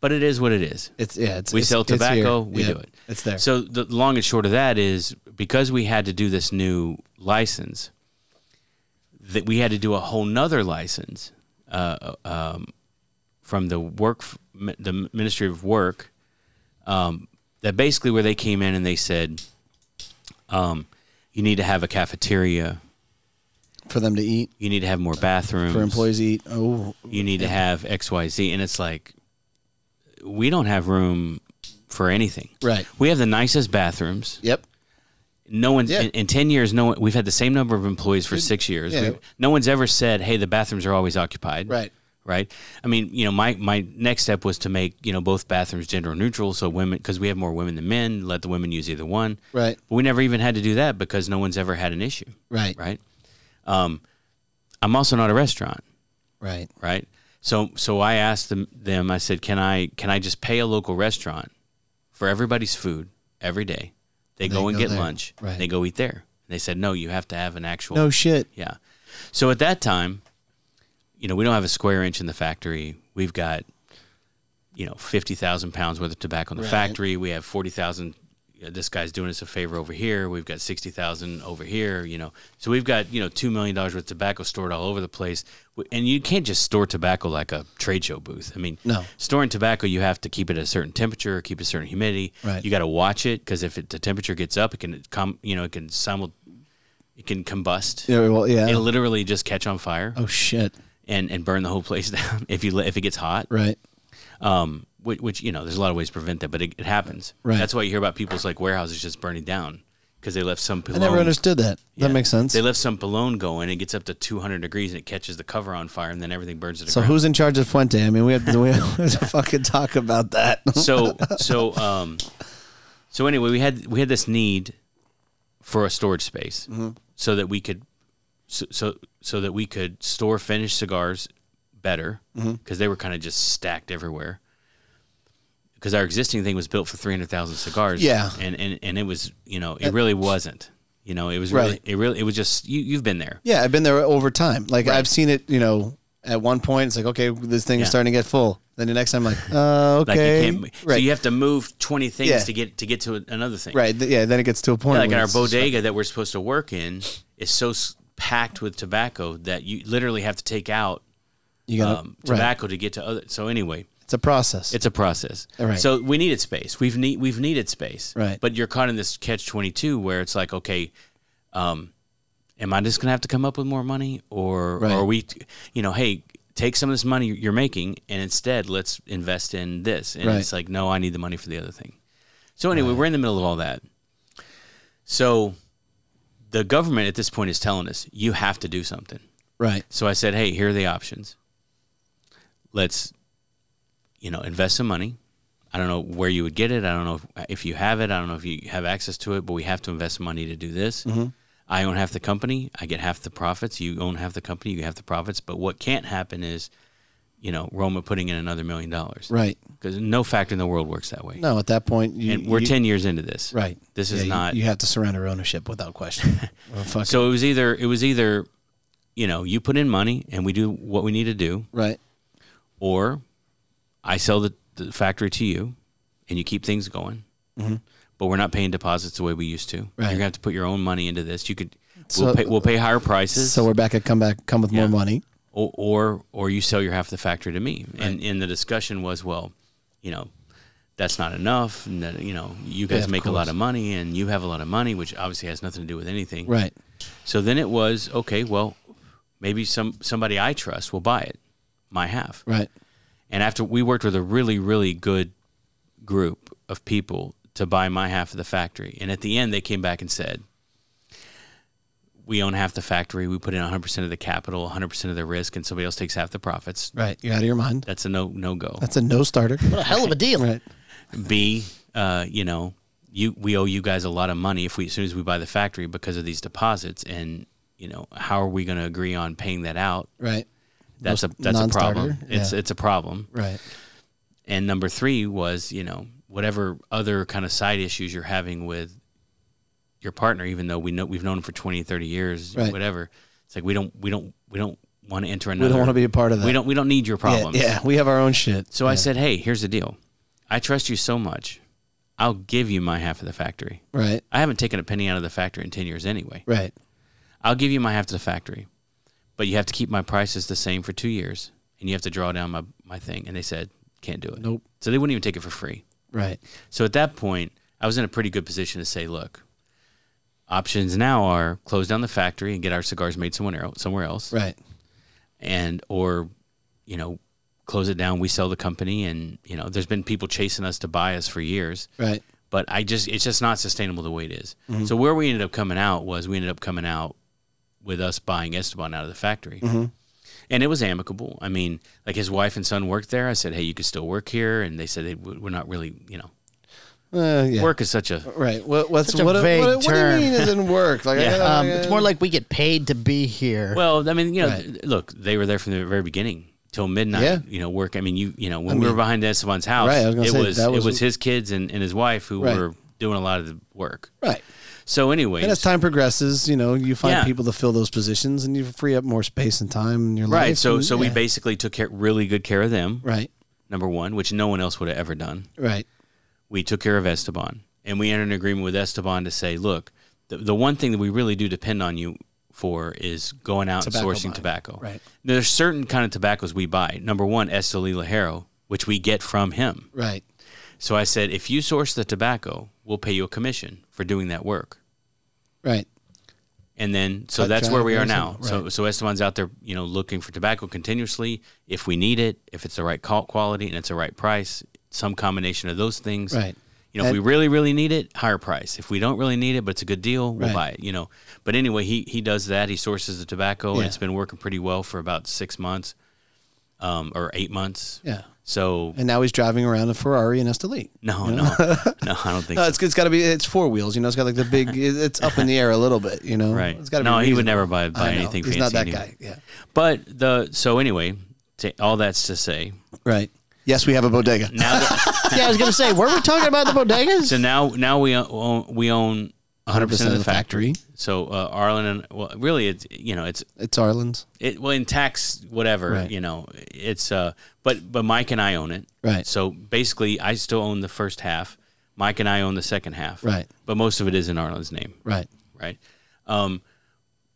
Speaker 2: but it is what it is.
Speaker 1: It's yeah. It's
Speaker 2: We
Speaker 1: it's-
Speaker 2: sell
Speaker 1: it's here.
Speaker 2: tobacco, we
Speaker 1: Yeah,
Speaker 2: do it.
Speaker 1: It's there.
Speaker 2: So the long and short of that is because we had to do this new license, that we had to do a whole nother license uh, um, from the work, the Ministry of Work, um, that basically where they came in and they said, um, you need to have a cafeteria,
Speaker 1: for them to eat,
Speaker 2: you need to have more bathrooms,
Speaker 1: for employees to eat. Oh,
Speaker 2: you need to have X, Y, Z, and it's like we don't have room for anything.
Speaker 1: Right.
Speaker 2: We have the nicest bathrooms.
Speaker 1: yep.
Speaker 2: No one
Speaker 1: Yeah.
Speaker 2: in, in ten years. No one. We've had the same number of employees for six years.
Speaker 1: yeah.
Speaker 2: We've- no one's ever said, "Hey, the bathrooms are always occupied."
Speaker 1: Right.
Speaker 2: Right. I mean, you know, my my next step was to make you know both bathrooms gender neutral, so women because we have more women than men. Let the women use either one.
Speaker 1: Right.
Speaker 2: But we never even had to do that because no one's ever had an issue.
Speaker 1: Right. Right.
Speaker 2: Right. Um, I'm also not a restaurant
Speaker 1: Right.
Speaker 2: right? So so I asked them, them I said, "Can I can I just pay a local restaurant for everybody's food every day? They, go and
Speaker 1: go
Speaker 2: get
Speaker 1: there.
Speaker 2: lunch.
Speaker 1: Right.
Speaker 2: They go eat there." And they said, "No, you have to have an actual
Speaker 1: No shit.
Speaker 2: yeah." So at that time, you know, we don't have a square inch in the factory. We've got you know, 50,000 pounds worth of tobacco in the factory. We have 40,000 you know, this guy's doing us a favor over here. We've got 60,000 over here, you know. So we've got, you know, 2 million dollars worth of tobacco stored all over the place. W- And you can't just store tobacco like a trade show booth. I mean,
Speaker 1: No.
Speaker 2: Storing tobacco, you have to keep it at a certain temperature, keep a certain humidity.
Speaker 1: Right.
Speaker 2: You got to watch it cuz if it, the temperature gets up, it can come, you know, it can simul- it can combust.
Speaker 1: Yeah. Well, yeah.
Speaker 2: It'll literally just catch on fire
Speaker 1: oh shit.
Speaker 2: and, and burn the whole place [laughs] down if you let- if it gets hot
Speaker 1: Right.
Speaker 2: um, which, which you know, there's a lot of ways to prevent that, but it, it happens.
Speaker 1: Right.
Speaker 2: That's why you hear about people's like warehouses just burning down because they left some. Cologne,
Speaker 1: I never understood that.
Speaker 2: Yeah.
Speaker 1: That makes sense.
Speaker 2: They left some Polone going. It gets up to 200 degrees and it catches the cover on fire, and then everything burns to the
Speaker 1: So
Speaker 2: ground.
Speaker 1: who's in charge of Fuente? I mean, we have to, we have [laughs] to fucking talk about that.
Speaker 2: so so um, so anyway, we had we had this need for a storage space
Speaker 1: Mm-hmm.
Speaker 2: so that we could so, so so that we could store finished cigars better
Speaker 1: Mm-hmm.
Speaker 2: because they were kind of just stacked everywhere. Because our existing thing was built for three hundred thousand cigars,
Speaker 1: Yeah.
Speaker 2: and, and and it was you know it really wasn't you know it was really
Speaker 1: Right.
Speaker 2: it really it was just you you've been there
Speaker 1: Yeah, I've been there over time. Like I've seen it, you know, at one point it's like, okay, this thing
Speaker 2: Yeah.
Speaker 1: is starting to get full. Then the next time like, uh,
Speaker 2: [laughs] like
Speaker 1: okay.
Speaker 2: you can't
Speaker 1: right.
Speaker 2: so you have to move twenty things
Speaker 1: Yeah.
Speaker 2: to get to get to another thing
Speaker 1: right. th- Yeah, then it gets to a point.
Speaker 2: like
Speaker 1: where
Speaker 2: our
Speaker 1: it's just
Speaker 2: bodega that we're supposed to work in is so s- packed with tobacco that you literally have to take out
Speaker 1: you gotta,
Speaker 2: um,
Speaker 1: right.
Speaker 2: tobacco to get to other. So anyway,
Speaker 1: It's a process.
Speaker 2: it's a process.
Speaker 1: Right.
Speaker 2: So we needed space. We've need we've needed space.
Speaker 1: Right.
Speaker 2: But you're caught in this catch twenty two where it's like, okay, um, am I just gonna have to come up with more money, or,
Speaker 1: Right.
Speaker 2: or are we, you know, hey. Take some of this money you're making, and instead let's invest in this. And
Speaker 1: Right.
Speaker 2: it's like, no, I need the money for the other thing. So anyway, we're in the middle of all that. So the government at this point is telling us you have to do something.
Speaker 1: right.
Speaker 2: So I said, "Hey, here are the options. Let's, you know, invest some money. I don't know where you would get it. I don't know if, if you have it. I don't know if you have access to it. But we have to invest some money to do this.
Speaker 1: Mm-hmm.
Speaker 2: I own half the company. I get half the profits. You own half the company. You get half the profits. But what can't happen is, you know, Roma putting in another million dollars.
Speaker 1: Right.
Speaker 2: Because no factor in the world works that way.
Speaker 1: No, at that point you
Speaker 2: and we're
Speaker 1: you-
Speaker 2: ten years into this.
Speaker 1: Right.
Speaker 2: This
Speaker 1: Yeah,
Speaker 2: is
Speaker 1: you-
Speaker 2: not.
Speaker 1: you, have to surrender ownership without
Speaker 2: [laughs]
Speaker 1: question. Well, fuck it.
Speaker 2: so it was either it was either, you know, you put in money and we do what we need to do.
Speaker 1: Right.
Speaker 2: or I sell the, the factory to you and you keep things going, but we're not paying deposits the way we used to. You're
Speaker 1: Mm-hmm. Right.
Speaker 2: gonna have to put your own money into this. You could, we'll,
Speaker 1: So-
Speaker 2: pay, we'll pay higher prices
Speaker 1: So we're back at come back come with
Speaker 2: Yeah.
Speaker 1: more money.
Speaker 2: or, or, or you sell your half the factory to me. And, and the discussion was, well, you know, that's not enough, and that you know you guys
Speaker 1: of
Speaker 2: make a lot
Speaker 1: course.
Speaker 2: of money and you have a lot of money, which obviously has nothing to do with anything.
Speaker 1: Right.
Speaker 2: So then it was okay. Well, maybe some somebody I trust will buy it, my half.
Speaker 1: Right.
Speaker 2: And after we worked with a really really good group of people to buy my half of the factory, and at the end they came back and said, "We own half the factory. We put in 100 percent of the capital, 100 percent of the risk, and somebody else takes half the profits.
Speaker 1: Right. You're out of your mind.
Speaker 2: That's a no no go."
Speaker 1: That's a no starter.
Speaker 2: [laughs]
Speaker 3: What a hell of a deal.
Speaker 1: Right.
Speaker 2: B, uh, you know, you we owe you guys a lot of money if we as soon as we buy the factory because of these deposits, and you know, how are we going to agree on paying that out?
Speaker 1: Right.
Speaker 2: That's a
Speaker 1: Most
Speaker 2: that's a problem.
Speaker 1: non-starter,
Speaker 2: It's
Speaker 1: yeah.
Speaker 2: it's a problem.
Speaker 1: Right.
Speaker 2: And number three was you know whatever other kind of side issues you're having with your partner, even though we know we've known him for 20, 30 years,
Speaker 1: Right.
Speaker 2: whatever. It's like we don't we don't we don't want to enter another.
Speaker 1: We don't want to be a part of that.
Speaker 2: We don't we don't need your
Speaker 1: Yeah,
Speaker 2: problems.
Speaker 1: yeah, we have our own shit.
Speaker 2: So I said, hey, here's the deal. I trust you so much. I'll give you my half of the factory.
Speaker 1: Right.
Speaker 2: I haven't taken a penny out of the factory in 10 years anyway.
Speaker 1: Right.
Speaker 2: I'll give you my half to the factory, but you have to keep my prices the same for two years and you have to draw down my, my thing. And they said, can't do it.
Speaker 1: Nope.
Speaker 2: So they wouldn't even take it for free.
Speaker 1: Right.
Speaker 2: So at that point, I was in a pretty good position to say, look, options now are close down the factory and get our cigars made somewhere else, somewhere else
Speaker 1: Right.
Speaker 2: and or you know close it down we sell the company and you know there's been people chasing us to buy us for years
Speaker 1: Right.
Speaker 2: but i just it's just not sustainable the way it is.
Speaker 1: Mm-hmm.
Speaker 2: so where we ended up coming out was we ended up coming out with us buying esteban out of the factory
Speaker 1: Mm-hmm.
Speaker 2: and it was amicable i mean like his wife and son worked there i said hey you can still work here and they said hey, we- we're not really you know
Speaker 1: Uh, yeah.
Speaker 2: work is such a
Speaker 1: Right. What, what's
Speaker 3: Such a
Speaker 1: what, what,
Speaker 3: vague
Speaker 1: what, do you
Speaker 3: term.
Speaker 1: mean is in work? Like,
Speaker 2: Yeah.
Speaker 1: I,
Speaker 3: Um, it's more like we get paid to be here.
Speaker 2: well i mean you know
Speaker 1: Right.
Speaker 2: th- look they were there from the very beginning till midnight
Speaker 1: Yeah.
Speaker 2: you know work i mean you you know when we were
Speaker 1: mean-
Speaker 2: behind esteban's house
Speaker 1: Right, I was gonna
Speaker 2: it
Speaker 1: say,
Speaker 2: was
Speaker 1: that
Speaker 2: it
Speaker 1: was-
Speaker 2: was his kids and, and his wife who
Speaker 1: Right.
Speaker 2: were doing a lot of the work
Speaker 1: right.
Speaker 2: so anyway
Speaker 1: And as time progresses, you know, you find
Speaker 2: Yeah.
Speaker 1: people to fill those positions, and you free up more space and time in your life.
Speaker 2: right so
Speaker 1: and-
Speaker 2: so we
Speaker 1: yeah.
Speaker 2: basically took care, really good care of them
Speaker 1: right,
Speaker 2: number one which no one else would have ever done
Speaker 1: right,
Speaker 2: we took care of Esteban, and we entered an agreement with Esteban to say, look, the, the one thing that we really do depend on you for is going out
Speaker 1: Tobacco
Speaker 2: and sourcing
Speaker 1: buying.
Speaker 2: tobacco.
Speaker 1: Right.
Speaker 2: There's certain kind of tobaccos we buy. Number one, Estelí Lajero, which we get from him.
Speaker 1: right,
Speaker 2: So I said, if you source the tobacco, we'll pay you a commission for doing that work.
Speaker 1: right,
Speaker 2: And then, so
Speaker 1: Cut
Speaker 2: that's where we are
Speaker 1: drivers
Speaker 2: now.
Speaker 1: and-
Speaker 2: So,
Speaker 1: right.
Speaker 2: so Esteban's out there, you know, looking for tobacco continuously. If we need it, if it's the right qual- quality and it's the right price, some combination of those things.
Speaker 1: Right.
Speaker 2: You know,
Speaker 1: And-
Speaker 2: if we really, really need it, higher price. If we don't really need it, but it's a good deal, we'll
Speaker 1: Right.
Speaker 2: buy it. You know. But anyway, he he does that. He sources the tobacco,
Speaker 1: Yeah.
Speaker 2: and it's been working pretty well for about six months, um, or eight months.
Speaker 1: yeah.
Speaker 2: So
Speaker 1: And now he's driving around a Ferrari in Estelí.
Speaker 2: no, no, [laughs] no, I don't
Speaker 1: [laughs]
Speaker 2: think.
Speaker 1: No,
Speaker 2: so.
Speaker 1: it's it's got to be it's four wheels. You know, it's got like the
Speaker 2: [laughs]
Speaker 1: big. It's up in the air a little bit. You know,
Speaker 2: Right.
Speaker 1: It's got to
Speaker 2: No,
Speaker 1: be
Speaker 2: he would
Speaker 1: reasonable.
Speaker 2: never buy buy
Speaker 1: I know.
Speaker 2: anything
Speaker 1: He's
Speaker 2: fancy.
Speaker 1: not that
Speaker 2: anyway.
Speaker 1: guy. Yeah.
Speaker 2: But the so anyway, to, all that's to say,
Speaker 1: Right. Yes, we have a bodega.
Speaker 2: now that, [laughs]
Speaker 3: yeah, I was gonna say, were we talking about the bodegas?
Speaker 2: so now now we own we own 100 percent of the factory. So uh, Arlen and well, really it's you know it's
Speaker 1: It's Arlen's.
Speaker 2: it well in tax whatever
Speaker 1: Right.
Speaker 2: you know it's uh but but Mike and I own it.
Speaker 1: Right.
Speaker 2: So basically, I still own the first half. Mike and I own the second half.
Speaker 1: Right.
Speaker 2: But most of it is in Arlen's name.
Speaker 1: Right.
Speaker 2: Right. Um,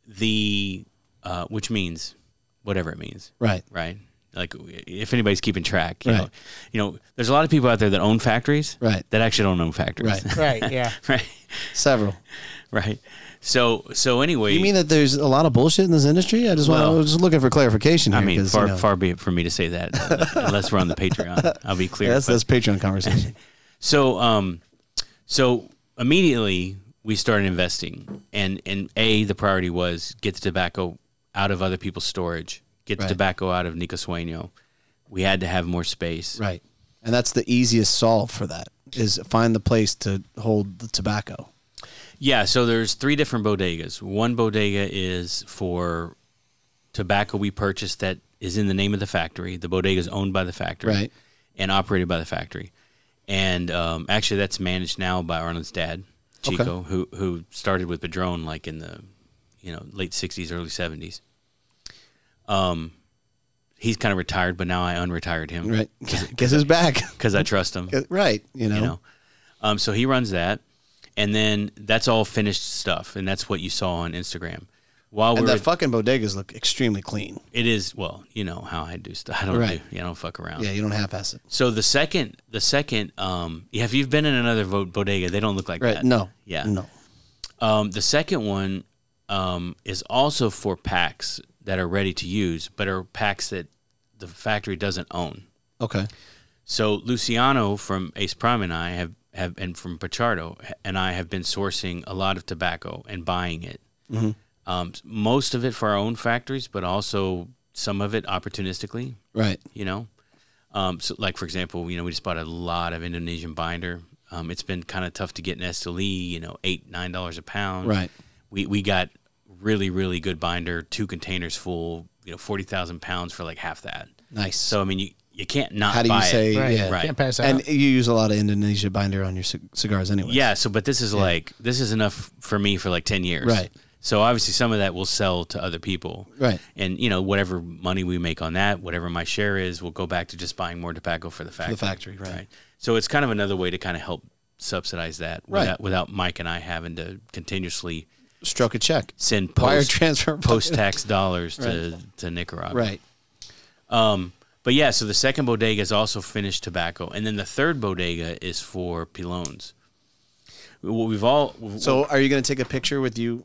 Speaker 2: the uh, which means whatever it means.
Speaker 1: Right.
Speaker 2: right? Like if anybody's keeping track, you
Speaker 1: Right.
Speaker 2: know, you know, there's a lot of people out there that own factories,
Speaker 1: Right.
Speaker 2: That actually don't own factories,
Speaker 1: Right.
Speaker 3: right. Yeah.
Speaker 2: [laughs] right,
Speaker 1: Several.
Speaker 2: right. So, so anyway,
Speaker 1: You mean that there's a lot of bullshit in this industry? I just want.
Speaker 2: Well,
Speaker 1: I was just looking for clarification.
Speaker 2: I
Speaker 1: here,
Speaker 2: mean,
Speaker 1: 'cause,
Speaker 2: far
Speaker 1: you know,
Speaker 2: far be it for me to
Speaker 1: [laughs]
Speaker 2: say that unless we're on the Patreon. I'll be clear.
Speaker 1: yeah, that's
Speaker 2: But-
Speaker 1: that's Patreon
Speaker 2: [laughs]
Speaker 1: conversation.
Speaker 2: So, um, so immediately we started investing, and and a the priority was get the tobacco out of other people's storage, get the
Speaker 1: Right.
Speaker 2: tobacco out of Nico Sueño. We had to have more space,
Speaker 1: right. And that's the easiest solve for that is find the place to hold the tobacco.
Speaker 2: Yeah, so there's three different bodegas. One bodega is for tobacco we purchase that is in the name of the factory. The bodega is owned by the factory
Speaker 1: Right.
Speaker 2: and operated by the factory. And um, actually, that's managed now by Arnold's dad, Chico, who who started with Padron like in the you know late '60s, early '70s. Um, he's kind of retired, but now I unretired
Speaker 1: [laughs]
Speaker 2: him
Speaker 1: Right. Guess who's back? [laughs]
Speaker 2: because I trust him
Speaker 1: Right. You know.
Speaker 2: you know. Um, so he runs that, and then that's all finished stuff, and that's what you saw on Instagram. while we
Speaker 1: And
Speaker 2: were,
Speaker 1: the fucking bodegas look extremely clean.
Speaker 2: it is well, you know how I do stuff. [laughs] I don't
Speaker 1: Right.
Speaker 2: do, yeah, I don't fuck around.
Speaker 1: Yeah, you don't half-ass it.
Speaker 2: So the second, the second, um, yeah, if you've been in another vo- bodega, they don't look like
Speaker 1: Right?
Speaker 2: that.
Speaker 1: No.
Speaker 2: yeah.
Speaker 1: No.
Speaker 2: Um, the second one um, is also for packs that are ready to use, but are packs that the factory doesn't own.
Speaker 1: Okay.
Speaker 2: So Luciano from Ace Prime and I have, have and from Pachardo and I have been sourcing a lot of tobacco and buying it.
Speaker 1: Mm-hmm.
Speaker 2: Um, s- most of it for our own factories, but also some of it opportunistically.
Speaker 1: Right.
Speaker 2: You know, um, so like for example, you know, we just bought a lot of Indonesian binder. Um, it's been kind of tough to get in Esteli, you know, eight nine dollars a pound.
Speaker 1: Right.
Speaker 2: We we got really really good binder, two containers full, you know, forty thousand pounds for like half that.
Speaker 1: Nice.
Speaker 2: So I mean, you you can't not.
Speaker 1: How do you
Speaker 2: buy it.
Speaker 1: say?
Speaker 3: Right.
Speaker 1: Yeah.
Speaker 2: Right.
Speaker 3: Can't pass that.
Speaker 1: And you use a lot of Indonesia binder on your c- cigars anyway.
Speaker 2: Yeah, so but this is like this is enough for me for like 10 years.
Speaker 1: Right.
Speaker 2: So obviously some of that will sell to other people.
Speaker 1: Right.
Speaker 2: And you know, whatever money we make on that, whatever my share is, will go back to just buying more tobacco for the factory.
Speaker 1: factory, right.
Speaker 2: So it's kind of another way to kind of help subsidize that
Speaker 1: Right.
Speaker 2: without without Mike and I having to continuously
Speaker 1: Stroke a check.
Speaker 2: send
Speaker 1: Wire
Speaker 2: [laughs] post
Speaker 1: transfer. [laughs]
Speaker 2: post tax dollars to, to Nicaragua.
Speaker 1: Right.
Speaker 2: But yeah, so the second bodega is also finished tobacco. And then the third bodega is for pilones. What we've all
Speaker 1: So are you going to take a picture with you,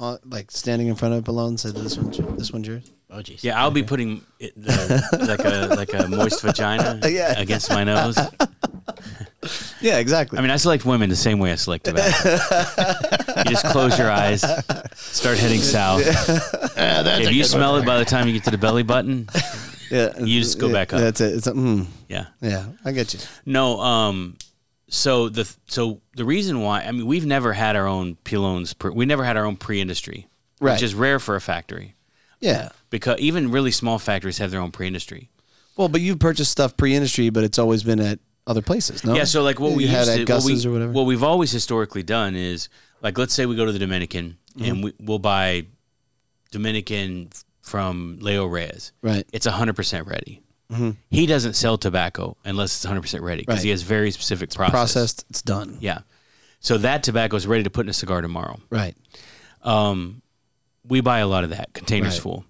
Speaker 1: uh, like standing in front of Balone and say, this one's, this one's yours?
Speaker 3: Oh jeez.
Speaker 2: Yeah, I'll be putting it, the, like a like a moist vagina
Speaker 1: [laughs] Yeah.
Speaker 2: against my nose.
Speaker 1: Yeah, exactly.
Speaker 2: I mean, I select women the same way I select tobacco. you just close your eyes, start heading south. if you smell it by the time you get to the belly button,
Speaker 1: [laughs] yeah,
Speaker 2: you just go
Speaker 1: yeah,
Speaker 2: back up.
Speaker 1: That's it. It's a, mm,
Speaker 2: yeah.
Speaker 1: yeah, I get you.
Speaker 2: No, um so the so the reason why I mean we've never had our own pilones per, we never had our own pre-industry,
Speaker 1: Right.
Speaker 2: which is rare for a factory
Speaker 1: Yeah.
Speaker 2: because even really small factories have their own pre-industry.
Speaker 1: Well, but you've purchased stuff pre-industry, but it's always been at other places. No.
Speaker 2: Yeah, so like what
Speaker 1: You
Speaker 2: we
Speaker 1: had
Speaker 2: used
Speaker 1: at
Speaker 2: to,
Speaker 1: Gus's
Speaker 2: what we,
Speaker 1: or whatever.
Speaker 2: What we've always historically done is like let's say we go to the Dominican
Speaker 1: Mm-hmm.
Speaker 2: and we, we'll buy Dominican from Leo Reyes.
Speaker 1: right.
Speaker 2: It's hundred percent ready. He doesn't sell tobacco unless it's hundred percent ready because
Speaker 1: Mm-hmm. Right.
Speaker 2: he has very specific process.
Speaker 1: Processed. It's done.
Speaker 2: Yeah, so that tobacco is ready to put in a cigar tomorrow.
Speaker 1: Right.
Speaker 2: We buy a lot of that containers
Speaker 1: Right.
Speaker 2: full.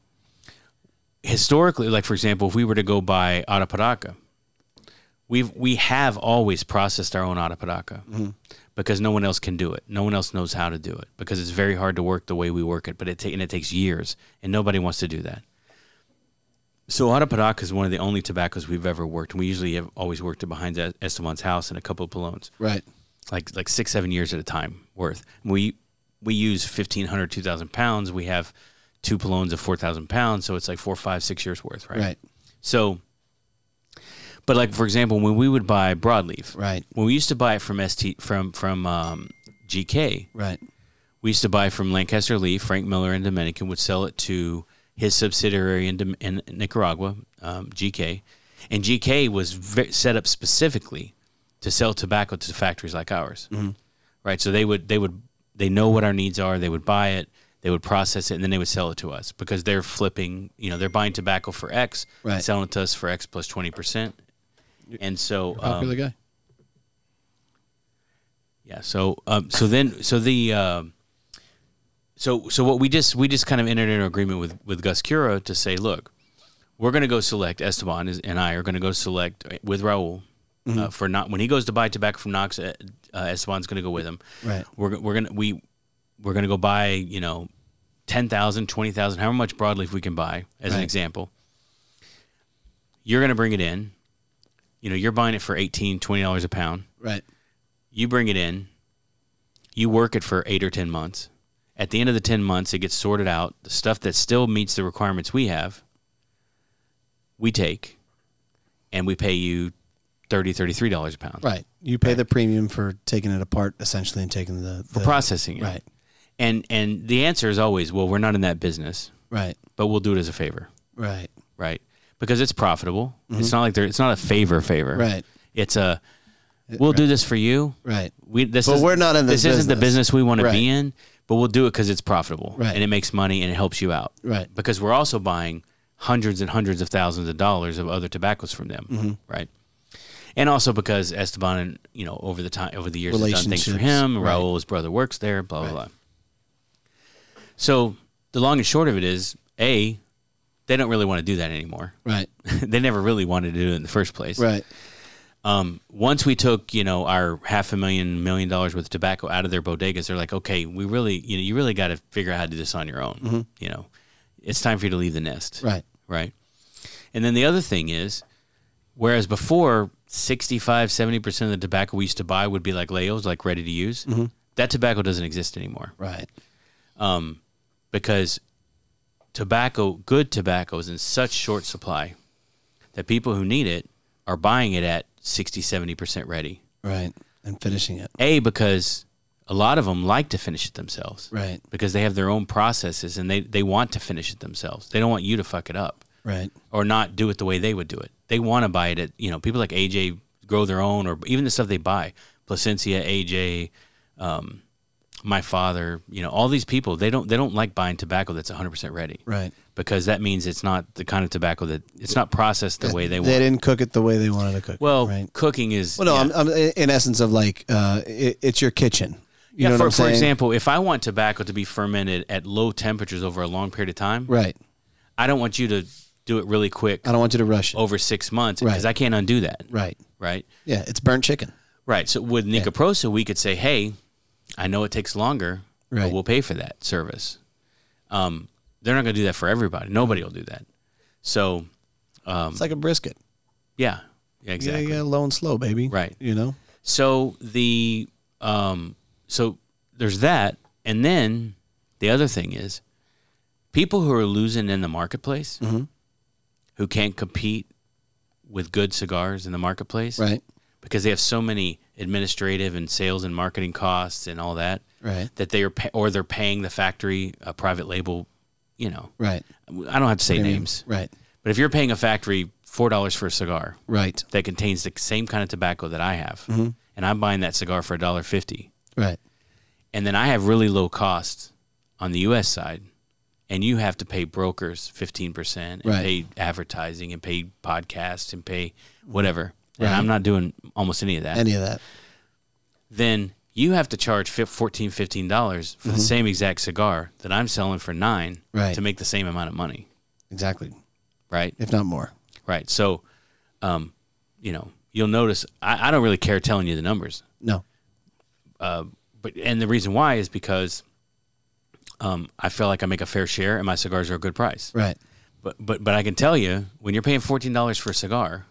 Speaker 2: Historically, like for example, if we were to go buy Atapadaca, we've we have always processed our own Atapadaca because no one else can do it. No one else knows how to do it because it's very hard to work the way we work it. But it ta- and it takes years, and nobody wants to do that. So Atapadaca is one of the only tobaccos we've ever worked. We usually have always worked it behind Es- Esteban's house and a couple of Palones
Speaker 1: Right.
Speaker 2: like like six seven years at a time worth we we use 1500 2000 pounds we have two polones of 4000 pounds so it's like four five six years worth right
Speaker 1: Right.
Speaker 2: so but like for example when we would buy broadleaf
Speaker 1: Right.
Speaker 2: when we used to buy it from st from from um, gk
Speaker 1: Right.
Speaker 2: we used to buy from lancaster lee frank miller and dominican would sell it to his subsidiary in, Dom- in nicaragua um, gk and gk was ve- set up specifically to sell tobacco to factories like ours
Speaker 1: Mm-hmm.
Speaker 2: right? So they would they would they know what our needs are. They would buy it, they would process it, and then they would sell it to us because they're flipping. You know, they're buying tobacco for X,
Speaker 1: Right.
Speaker 2: selling it to us for X plus twenty percent. And so,
Speaker 1: Popular
Speaker 2: um,
Speaker 1: guy.
Speaker 2: yeah. So, um, so then, so the, um so so what we just we just kind of entered into an agreement with with Gus Cura to say, look, we're going to go select Esteban is, and I are going to go select with Raul.
Speaker 1: Mm-hmm.
Speaker 2: Uh, for not when he goes to buy tobacco from Knox, uh, uh, Esteban's going to go with him.
Speaker 1: Right.
Speaker 2: We're go- we're gonna we we're gonna go buy you know 10,000, 20,000, however much broadleaf we can buy as an
Speaker 1: Right.
Speaker 2: example. You're gonna bring it in. You know, you're buying it for 18 dollars a pound.
Speaker 1: Right.
Speaker 2: You bring it in. You work it for eight or ten months. At the end of the ten months, it gets sorted out. The stuff that still meets the requirements we have, we take, and we pay you 30 33 dollars a pound
Speaker 1: Right. You pay the premium for taking it apart essentially and taking the,
Speaker 2: for
Speaker 1: the-
Speaker 2: processing it.
Speaker 1: Right.
Speaker 2: And and the answer is always, well, we're not in that business,
Speaker 1: Right.
Speaker 2: but we'll do it as a favor,
Speaker 1: Right.
Speaker 2: right? Because it's profitable. It's not like they're, it's not a favor favor.
Speaker 1: Mm-hmm. Right.
Speaker 2: It's a we'll do this for you.
Speaker 1: Right.
Speaker 2: We this
Speaker 1: But
Speaker 2: is,
Speaker 1: we're not in this
Speaker 2: isn't the
Speaker 1: business.
Speaker 2: business we want to
Speaker 1: Right.
Speaker 2: be in, but we'll do it because it's profitable
Speaker 1: Right.
Speaker 2: and it makes money and it helps you out.
Speaker 1: Right.
Speaker 2: Because we're also buying hundreds and hundreds of thousands of dollars of other tobaccos from them,
Speaker 1: Mm-hmm.
Speaker 2: right? And also because Esteban, and you know, over the time over the years, has done things for
Speaker 1: Relationships,
Speaker 2: him.
Speaker 1: right.
Speaker 2: Raul's brother works there. Blah blah blah. So the long and short of it is, a, they don't really want to do that anymore. [laughs]
Speaker 1: Right.
Speaker 2: they never really wanted to do it in the first place.
Speaker 1: Right.
Speaker 2: [laughs] Um, once we took, you know, our half a million, million dollars worth of tobacco out of their bodegas, they're like, okay, we really, you know, you really got to figure out how to do this on your own. You know, it's time for you to leave the nest.
Speaker 1: Right.
Speaker 2: Right. And then the other thing is, whereas before 65, 70% of the tobacco we used to buy would be like Leos, like ready to use, that tobacco doesn't exist anymore
Speaker 1: Right.
Speaker 2: because tobacco, good tobacco, is in such short supply that people who need it are buying it at 60, 70% ready.
Speaker 1: Right. And finishing it.
Speaker 2: A, because a lot of them like to finish it themselves
Speaker 1: Right.
Speaker 2: because they have their own processes and they, they want to finish it themselves. They don't want you to fuck it up
Speaker 1: Right.
Speaker 2: or not do it the way they would do it. They want to buy it at, you know, people like AJ grow their own or even the stuff they buy, Placencia, AJ, um, my father, you know, all these people, they don't, they don't like buying tobacco that's 100% ready
Speaker 1: Right.
Speaker 2: because that means it's not the kind of tobacco that it's not processed the way they
Speaker 1: They
Speaker 2: want.
Speaker 1: didn't cook it the way they wanted to cook.
Speaker 2: Well,
Speaker 1: it, right.
Speaker 2: cooking is
Speaker 1: Well, no,
Speaker 2: yeah.
Speaker 1: I'm, I'm in essence of like uh, it, it's your kitchen. You
Speaker 2: Yeah,
Speaker 1: know
Speaker 2: for,
Speaker 1: what I'm
Speaker 2: for
Speaker 1: saying?
Speaker 2: example, if I want tobacco to be fermented at low temperatures over a long period of time,
Speaker 1: right.
Speaker 2: I don't want you to do it really quick
Speaker 1: I don't want you to rush it.
Speaker 2: over six months
Speaker 1: Right.
Speaker 2: because I can't undo that.
Speaker 1: Right.
Speaker 2: Right.
Speaker 1: Yeah, it's burnt chicken.
Speaker 2: Right. So with Nicoprosa, we could say, "Hey, I know it takes longer,
Speaker 1: Right.
Speaker 2: but we'll pay for that service." Um, they're not going to do that for everybody. Nobody will do that. So,
Speaker 1: It's like a brisket.
Speaker 2: yeah, yeah, Um, exactly.
Speaker 1: Yeah, yeah, low and slow, baby.
Speaker 2: Right.
Speaker 1: You know.
Speaker 2: So the um, so there's that, and then the other thing is people who are losing in the marketplace, who can't compete with good cigars in the marketplace,
Speaker 1: Right.
Speaker 2: Because they have so many administrative and sales and marketing costs and all that,
Speaker 1: Right.
Speaker 2: that they are pay- or they're paying the factory a private label, you know.
Speaker 1: Right.
Speaker 2: I don't have to say names,
Speaker 1: Right.
Speaker 2: but if you're paying a factory four dollars for a cigar,
Speaker 1: Right.
Speaker 2: that contains the same kind of tobacco that I have,
Speaker 1: Mm-hmm.
Speaker 2: and I'm buying that cigar for $1.50,
Speaker 1: Right.
Speaker 2: and then I have really low costs on the U.S. side, and you have to pay brokers 15% and
Speaker 1: Right.
Speaker 2: pay advertising and pay podcasts and pay whatever, and I'm not doing almost any of that,
Speaker 1: Any of that.
Speaker 2: then you have to charge fif- 14 $15 for the same exact cigar that I'm selling for 9
Speaker 1: Mm-hmm. Right.
Speaker 2: to make the same amount of money,
Speaker 1: Exactly.
Speaker 2: right?
Speaker 1: If not more.
Speaker 2: Right. So, um, you know, you'll notice I, I don't really care telling you the numbers.
Speaker 1: No.
Speaker 2: but and the reason why is because um, I feel like I make a fair share, and my cigars are a good price.
Speaker 1: Right.
Speaker 2: But but but I can tell you, when you're paying fourteen dollars for a cigar,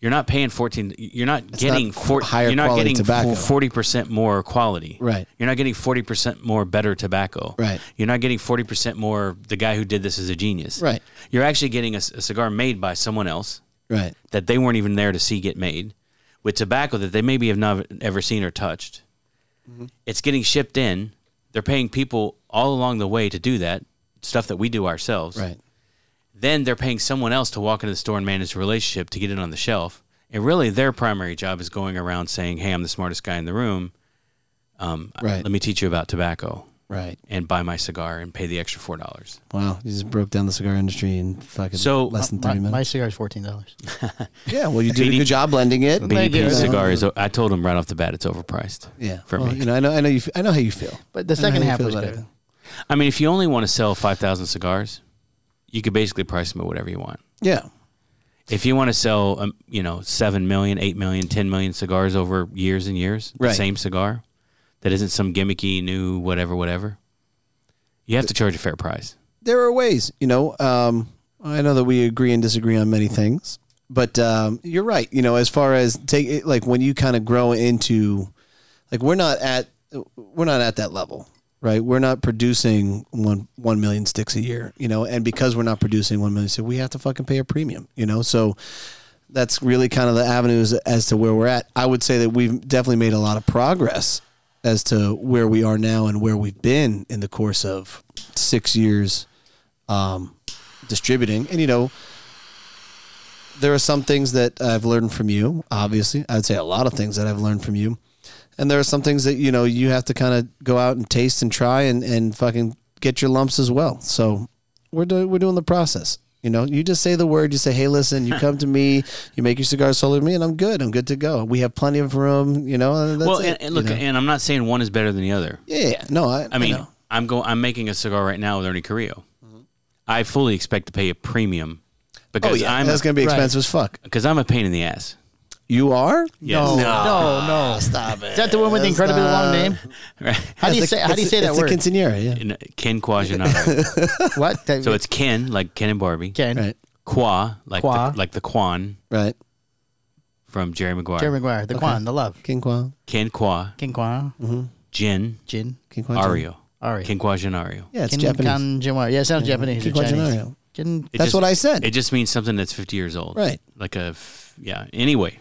Speaker 2: you're not paying fourteen. You're not getting
Speaker 1: not qu-
Speaker 2: four,
Speaker 1: higher
Speaker 2: You're not
Speaker 1: quality
Speaker 2: getting
Speaker 1: tobacco.
Speaker 2: forty percent more quality.
Speaker 1: Right.
Speaker 2: You're not getting forty percent more better tobacco.
Speaker 1: Right.
Speaker 2: You're not getting forty percent more. The guy who did this is a genius.
Speaker 1: Right.
Speaker 2: You're actually getting a, c- a cigar made by someone else
Speaker 1: Right.
Speaker 2: that they weren't even there to see get made with tobacco that they maybe have not ever seen or touched.
Speaker 1: Mm-hmm.
Speaker 2: It's getting shipped in. They're paying people all along the way to do that stuff that we do ourselves.
Speaker 1: Right.
Speaker 2: Then they're paying someone else to walk into the store and manage the relationship to get it on the shelf. And really, their primary job is going around saying, "Hey, I'm the smartest guy in the room. Um,
Speaker 1: Right.
Speaker 2: Let me teach you about tobacco
Speaker 1: Right.
Speaker 2: and buy my cigar and pay the extra four dollars."
Speaker 1: Wow. You just broke down the cigar industry in fucking
Speaker 2: So,
Speaker 1: less than
Speaker 3: My,
Speaker 1: 30
Speaker 3: my [laughs]
Speaker 1: minutes.
Speaker 3: cigar is fourteen dollars.
Speaker 1: yeah. Well, you did a good job blending it.
Speaker 3: Thank you.
Speaker 2: BDP
Speaker 3: Yeah.
Speaker 2: cigar is. I told him right off the bat, it's overpriced.
Speaker 1: Yeah.
Speaker 2: for
Speaker 1: well,
Speaker 2: me.
Speaker 1: You know, I know, I know, you, f- I know how you feel.
Speaker 3: But the
Speaker 1: I know how
Speaker 3: second
Speaker 1: you
Speaker 3: half
Speaker 1: feel
Speaker 3: was
Speaker 1: about
Speaker 3: good.
Speaker 1: everything.
Speaker 2: I mean, if you only want to sell 5,000 cigars, you could basically price them at whatever you want.
Speaker 1: Yeah.
Speaker 2: If you want to sell, um, you know, 7 million, 8 million, 10 million cigars over years and years, the
Speaker 1: Right.
Speaker 2: same cigar that isn't some gimmicky new whatever, whatever, you have to charge a fair price.
Speaker 1: there are ways, you know. Um, I know that we agree and disagree on many things, but um, you're right. You know, as far as take it, like when you kind of grow into, like we're not at we're not at that level, right? We're not producing one one million sticks a year, you know, and because we're not producing one million, so we have to fucking pay a premium, you know. So that's really kind of the avenues as to where we're at. I would say that we've definitely made a lot of progress as to where we are now and where we've been in the course of six years um, distributing. And, you know, there are some things that I've learned from you, obviously. I'd say a lot of things that I've learned from you. And there are some things that, you know, you have to kind of go out and taste and try and, and fucking get your lumps as well. So we're, do- we're doing the process. You know, you just say the word, you say, hey, listen, you come to me, you make your cigar solo to me, and I'm good. I'm good to go. We have plenty of room, you know. and That's
Speaker 2: well,
Speaker 1: it,
Speaker 2: and, and
Speaker 1: you
Speaker 2: look,
Speaker 1: know?
Speaker 2: and I'm not saying one is better than the other.
Speaker 1: Yeah, yeah. No, I,
Speaker 2: I mean,
Speaker 1: know. Mm-hmm.
Speaker 2: I'm going. I'm making a cigar right now with Ernie Carrillo. I fully expect to pay a premium because
Speaker 1: Oh yeah,
Speaker 2: I'm
Speaker 1: that's gonna be
Speaker 3: Right.
Speaker 1: expensive as fuck.
Speaker 2: because I'm a pain in the ass. [laughs]
Speaker 1: You are?
Speaker 2: Yes.
Speaker 3: No, no, no.
Speaker 1: Stop it.
Speaker 3: Is that the one with the incredibly long name?
Speaker 2: Right.
Speaker 3: How do you say? How do you say that
Speaker 1: it's
Speaker 3: word?
Speaker 1: It's a quinceanera, yeah.
Speaker 2: And Ken Quajanato.
Speaker 3: what?
Speaker 2: [laughs]
Speaker 3: That-
Speaker 2: so it's Ken like Ken and Barbie.
Speaker 3: Ken.
Speaker 1: Right,
Speaker 2: Qua like
Speaker 3: Qua.
Speaker 2: The, like the Quan
Speaker 1: right.
Speaker 2: from Jerry Maguire.
Speaker 3: Jerry Maguire, the Quan, the love,
Speaker 1: King Kwan.
Speaker 2: Ken Qua
Speaker 3: King Quan,
Speaker 2: Jin
Speaker 3: Jin,
Speaker 1: King Kwan.
Speaker 2: Ario.
Speaker 3: Ari.
Speaker 2: Ken Quajanario.
Speaker 1: Yeah, it's
Speaker 3: Kin
Speaker 1: Japanese.
Speaker 3: Kan Jinwa. Yeah, it sounds Japanese. or
Speaker 1: Kin Kan
Speaker 3: Chinese.
Speaker 1: Jinwa.
Speaker 3: Kin-
Speaker 2: It
Speaker 1: That's what I said.
Speaker 2: It just means something that's 50 years old.
Speaker 1: Right.
Speaker 2: Like a f- yeah. Anyway,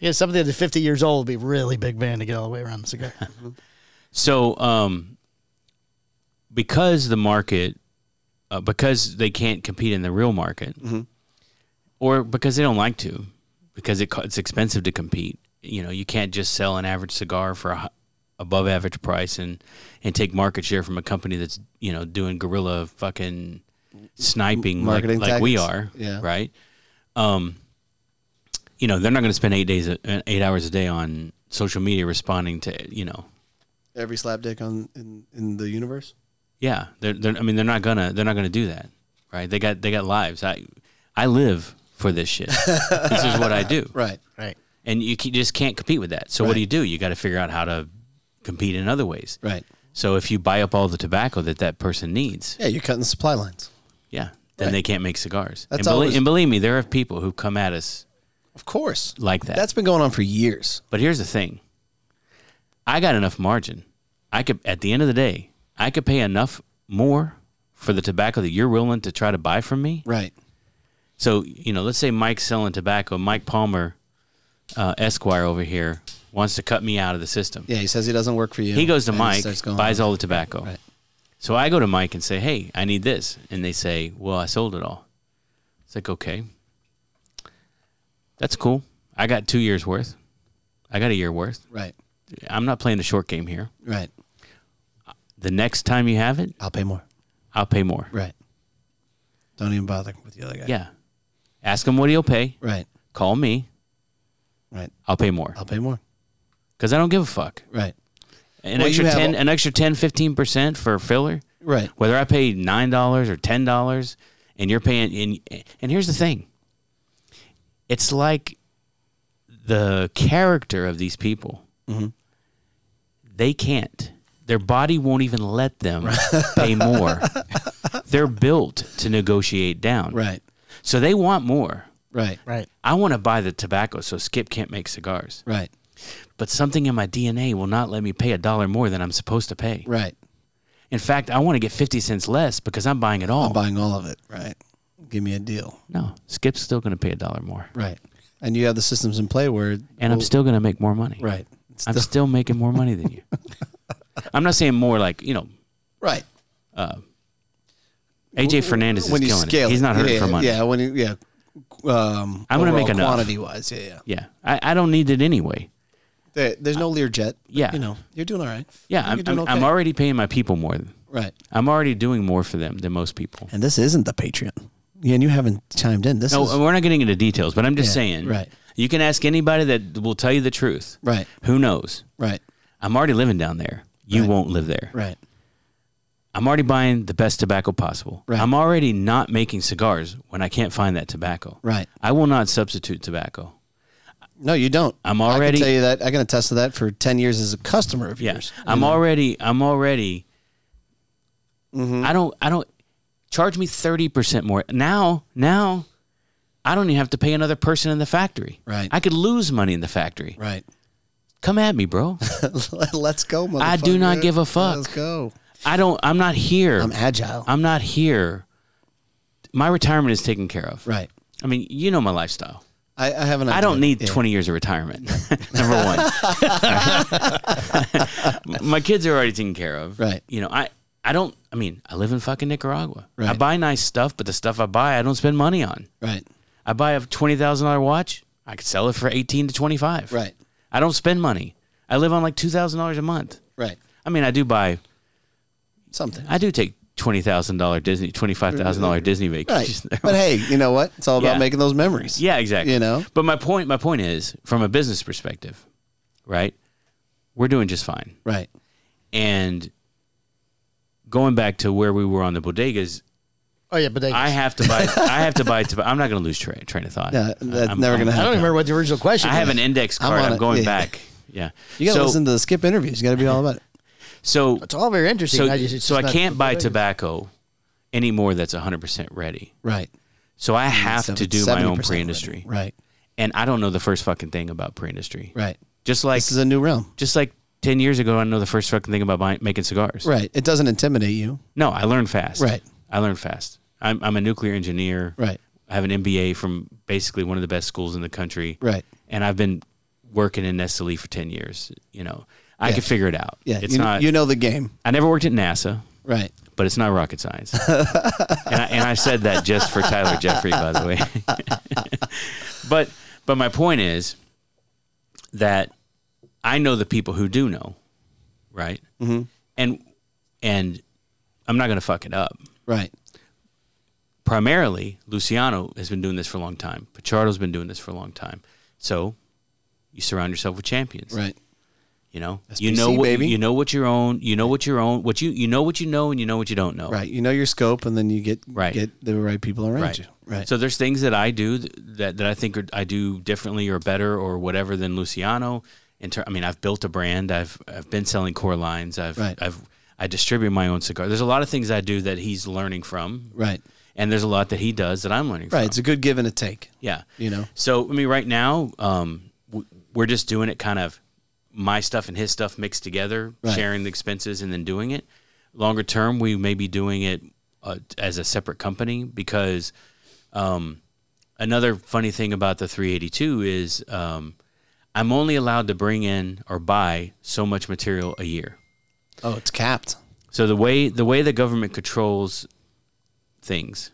Speaker 3: Yeah, something that's 50 years old would be really big band to get all the way around the cigar.
Speaker 2: So, um, because the market, uh, because they can't compete in the real market,
Speaker 1: Mm-hmm.
Speaker 2: or because they don't like to, because it, co- it's expensive to compete. You know, you can't just sell an average cigar for a h- above average price and and take market share from a company that's you know doing guerrilla fucking sniping like,
Speaker 1: Marketing
Speaker 2: like we are,
Speaker 1: tactics. Yeah.
Speaker 2: right? Um, you know, they're not going to spend eight days, a- uh, eight hours a day on social media responding to you know
Speaker 1: Every slap dick on in, in the universe.
Speaker 2: Yeah, they're, they're. I mean, they're not gonna. They're not gonna do that, right? They got. They got lives. I, I live for
Speaker 1: [laughs]
Speaker 2: this shit. this is what I do,
Speaker 1: Right.
Speaker 3: [laughs] right.
Speaker 2: and you ca- just can't compete with that. So what
Speaker 1: Right.
Speaker 2: do you do? You got to figure out how to compete in other ways.
Speaker 1: Right.
Speaker 2: So if you buy up all the tobacco that that person needs,
Speaker 1: Yeah, you're cutting the supply lines.
Speaker 2: yeah, then
Speaker 1: Right.
Speaker 2: they can't make cigars.
Speaker 1: That's
Speaker 2: and, belie-
Speaker 1: always-
Speaker 2: and believe me, there are people who come at us
Speaker 1: Of course.
Speaker 2: like that.
Speaker 1: That's been going on for years.
Speaker 2: But here's the thing. I got enough margin. I could at the end of the day, I could pay enough more for the tobacco that you're willing to try to buy from me.
Speaker 1: Right.
Speaker 2: So you know, let's say Mike's selling tobacco. Mike Palmer, uh, Esquire over here, wants to cut me out of the system.
Speaker 1: Yeah, he says he doesn't work for you.
Speaker 2: He goes to
Speaker 1: And
Speaker 2: Mike,
Speaker 1: starts going
Speaker 2: buys
Speaker 1: on.
Speaker 2: all the tobacco.
Speaker 1: Right.
Speaker 2: So I go to Mike and say, "Hey, I need this," and they say, "Well, I sold it all." It's like, okay, that's cool. I got two years worth. I got a year worth.
Speaker 1: Right.
Speaker 2: I'm not playing a short game here.
Speaker 1: Right.
Speaker 2: The next time you have it,
Speaker 1: I'll pay more.
Speaker 2: I'll pay more.
Speaker 1: Right. Don't even bother with the other guy.
Speaker 2: Yeah. Ask him what he'll pay.
Speaker 1: Right.
Speaker 2: Call me.
Speaker 1: Right.
Speaker 2: I'll pay more
Speaker 1: I'll pay more.
Speaker 2: because I don't give a fuck.
Speaker 1: Right.
Speaker 2: an
Speaker 1: Well,
Speaker 2: extra
Speaker 1: you have
Speaker 2: 10
Speaker 1: a-
Speaker 2: an extra 10 15% for filler
Speaker 1: Right.
Speaker 2: whether i pay $9 or $10 and you're paying and and here's the thing it's like the character of these people
Speaker 1: Mm-hmm.
Speaker 2: they can't their body won't even let them [laughs] pay more they're built to negotiate down
Speaker 1: Right.
Speaker 2: so they want more
Speaker 1: Right.
Speaker 3: Right.
Speaker 2: i want to buy the tobacco so skip can't make cigars
Speaker 1: Right.
Speaker 2: but something in my dna will not let me pay a dollar more than i'm supposed to pay
Speaker 1: Right.
Speaker 2: in fact, I want to get 50 cents less because I'm buying it all.
Speaker 1: I'm buying all of it. Right. Give me a deal.
Speaker 2: no, Skip's still going to pay a dollar more.
Speaker 1: Right. And you have the systems in play where
Speaker 2: And I'm still going to make more money.
Speaker 1: right. It's
Speaker 2: I'm
Speaker 1: the-
Speaker 2: still making more money
Speaker 1: [laughs]
Speaker 2: than you. I'm not saying more like, you know,
Speaker 1: right.
Speaker 2: AJ Fernandez is
Speaker 1: when you
Speaker 2: killing
Speaker 1: scale
Speaker 2: it. He's not
Speaker 1: it,
Speaker 2: hurting
Speaker 1: yeah,
Speaker 2: for money.
Speaker 1: Yeah, when you, yeah. Um,
Speaker 2: I'm gonna make
Speaker 1: overall
Speaker 2: enough.
Speaker 1: quantity wise. Yeah, yeah.
Speaker 2: Yeah. I, I don't need it anyway.
Speaker 1: There, there's no Learjet. but,
Speaker 2: yeah.
Speaker 1: you know, you're doing all right.
Speaker 2: Yeah.
Speaker 1: You're
Speaker 2: I'm,
Speaker 1: doing
Speaker 2: I'm, I'm
Speaker 1: okay.
Speaker 2: already paying my people more.
Speaker 1: Right.
Speaker 2: I'm already doing more for them than most people.
Speaker 1: And this isn't the Patreon. Yeah, and you haven't chimed in. This
Speaker 2: No, uh,
Speaker 1: is
Speaker 2: we're not getting into details, but I'm just
Speaker 1: Yeah,
Speaker 2: saying.
Speaker 1: right.
Speaker 2: You can ask anybody that will tell you the truth.
Speaker 1: right,
Speaker 2: Who knows?
Speaker 1: right,
Speaker 2: I'm already living down there. You
Speaker 1: Right.
Speaker 2: won't live there.
Speaker 1: right,
Speaker 2: I'm already buying the best tobacco possible.
Speaker 1: Right.
Speaker 2: I'm already not making cigars when I can't find that tobacco.
Speaker 1: right.
Speaker 2: I will not substitute tobacco.
Speaker 1: No, you don't.
Speaker 2: I'm
Speaker 1: I
Speaker 2: already-
Speaker 1: can tell you that. I can attest to that for ten years as a customer of
Speaker 2: Yes.
Speaker 1: yours.
Speaker 2: I'm already I'm already
Speaker 1: Mm-hmm.
Speaker 2: I don't I don't charge me 30% more. Now, now I don't even have to pay another person in the factory.
Speaker 1: Right.
Speaker 2: I could lose money in the factory.
Speaker 1: Right. [laughs]
Speaker 2: Come at me, bro.
Speaker 1: Let's go, motherfucker.
Speaker 2: I do not give a fuck.
Speaker 1: Let's go.
Speaker 2: I don't I'm not here.
Speaker 1: I'm agile.
Speaker 2: I'm not here. My retirement is taken care of.
Speaker 1: right.
Speaker 2: I mean, you know my lifestyle.
Speaker 1: I, I have an.
Speaker 2: I don't
Speaker 1: idea.
Speaker 2: need
Speaker 1: Yeah.
Speaker 2: 20 years of retirement. [laughs] Number one, my kids are already taken care of.
Speaker 1: Right.
Speaker 2: You know, I I don't. I mean, I live in fucking Nicaragua. I
Speaker 1: Right.
Speaker 2: buy nice stuff, but the stuff I buy, I don't spend money on.
Speaker 1: Right.
Speaker 2: I buy a twenty thousand dollar watch. I could sell it for eighteen to twenty five.
Speaker 1: Right.
Speaker 2: I don't spend money. I live on like two thousand dollars a month.
Speaker 1: Right.
Speaker 2: I mean, I do buy.
Speaker 1: Something.
Speaker 2: I do take twenty thousand dollar Disney, twenty five thousand dollar Disney
Speaker 1: Right.
Speaker 2: vacation. [laughs]
Speaker 1: but hey, you know what? It's all about
Speaker 2: Yeah.
Speaker 1: making those memories.
Speaker 2: Yeah, exactly.
Speaker 1: You know?
Speaker 2: But my point my point is from a business perspective, right? We're doing just fine.
Speaker 1: Right.
Speaker 2: And going back to where we were on the bodegas,
Speaker 3: Oh yeah, but they,
Speaker 2: I
Speaker 3: I,
Speaker 2: have to buy. I have to buy. tobacco. I'm not going to lose tra- train of thought.
Speaker 1: Yeah, that's
Speaker 2: I'm-
Speaker 1: never going
Speaker 2: I'm-
Speaker 1: to
Speaker 3: don't
Speaker 1: happen.
Speaker 3: remember what the original question.
Speaker 2: I have
Speaker 3: was.
Speaker 2: an index
Speaker 1: I'm
Speaker 2: card.
Speaker 1: on
Speaker 2: I'm,
Speaker 1: it.
Speaker 2: going
Speaker 1: Yeah.
Speaker 2: back. Yeah.
Speaker 1: You got to
Speaker 2: so,
Speaker 1: listen to the skip interviews. You got to be all about it.
Speaker 2: So
Speaker 3: It's all very interesting.
Speaker 2: so,
Speaker 3: I just, it's
Speaker 2: so I
Speaker 3: not-
Speaker 2: can't buy
Speaker 3: Bodega.
Speaker 2: tobacco anymore that's 100% ready.
Speaker 1: Right.
Speaker 2: So I have
Speaker 1: So
Speaker 2: to
Speaker 1: it's
Speaker 2: do my
Speaker 1: Mm, 70%
Speaker 2: own
Speaker 1: ready.
Speaker 2: pre-industry.
Speaker 1: Right.
Speaker 2: And I don't know the first fucking thing about pre-industry.
Speaker 1: Right.
Speaker 2: Just like
Speaker 1: This is a new realm.
Speaker 2: just like 10 years ago I didn't know the first fucking thing about buying, making cigars.
Speaker 1: Right. It doesn't intimidate you.
Speaker 2: No, I learned fast.
Speaker 1: Right.
Speaker 2: I learned fast. I'm I'm a nuclear engineer.
Speaker 1: Right.
Speaker 2: I have an MBA from basically one of the best schools in the country.
Speaker 1: Right.
Speaker 2: And I've been working in Nestle for 10 years, you know. I
Speaker 1: Yeah.
Speaker 2: can figure it out.
Speaker 1: Yeah.
Speaker 2: It's
Speaker 1: you,
Speaker 2: not
Speaker 1: you know the game.
Speaker 2: I never worked at NASA.
Speaker 1: Right.
Speaker 2: but it's not rocket science. and, I, and I said that just for Tyler Jeffrey, by the way. [laughs] but but my point is that I know the people who do know, right? Mm-hmm. And and I'm not going to fuck it up.
Speaker 1: Right.
Speaker 2: Primarily, Luciano has been doing this for a long time. Pachardo's been doing this for a long time. So you surround yourself with champions.
Speaker 1: Right.
Speaker 2: You know, you
Speaker 1: SBC,
Speaker 2: know what
Speaker 1: baby.
Speaker 2: you know what your own. You know what your own. What you you know what you know, and you know what you don't know.
Speaker 1: Right. You know your scope, and then you get
Speaker 2: Right.
Speaker 1: get the right people around
Speaker 2: right.
Speaker 1: you. Right.
Speaker 2: So there's things that I do th- that that I think are, I do differently or better or whatever than Luciano. In ter- I mean, I've built a brand. I've I've been selling core lines. I've
Speaker 1: Right.
Speaker 2: I've I distribute my own cigar. There's a lot of things I do that he's learning from.
Speaker 1: right.
Speaker 2: And there's a lot that he does that I'm learning
Speaker 1: Right.
Speaker 2: from.
Speaker 1: It's a good give and a take.
Speaker 2: Yeah.
Speaker 1: You know.
Speaker 2: So I mean, right now, um, w- we're just doing it kind of my stuff and his stuff mixed together,
Speaker 1: Right.
Speaker 2: sharing the expenses, and then doing it. Longer term, we may be doing it uh, as a separate company because um, another funny thing about the 382 is um, I'm only allowed to bring in or buy so much material a year.
Speaker 1: Oh, it's capped.
Speaker 2: So the way the way the government controls things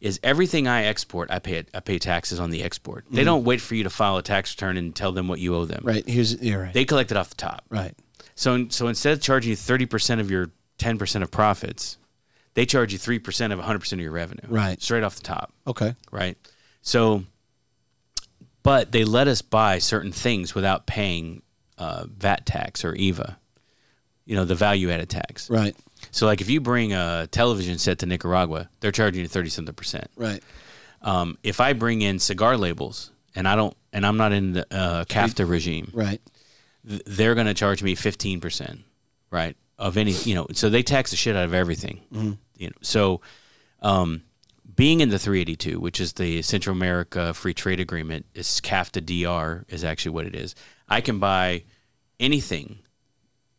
Speaker 2: is everything I export, I pay I pay taxes on the export. They don't wait for you to file a tax return and tell them what you owe them.
Speaker 1: Mm-hmm. Right. Here's you're right.
Speaker 2: They collect it off the top.
Speaker 1: right.
Speaker 2: So so instead of charging you thirty percent of your ten percent of profits, they charge you three percent of hundred percent of your revenue.
Speaker 1: Right.
Speaker 2: Straight off the top
Speaker 1: Okay.
Speaker 2: right? So, but they let us buy certain things without paying uh, VAT tax or EVA, you know, the value added tax.
Speaker 1: Right.
Speaker 2: So, like if you bring a television set to Nicaragua, they're charging you 30 something percent.
Speaker 1: Right.
Speaker 2: Um, if I bring in cigar labels and I don't, and I'm not in the uh, CAFTA regime,
Speaker 1: Right.
Speaker 2: th- they're going to charge me 15%, right? Of any, you know, so they tax the shit out of everything. You know, so um, being in the 382, which is the Central America Free Trade Agreement, is CAFTA DR is actually what it is. I can buy anything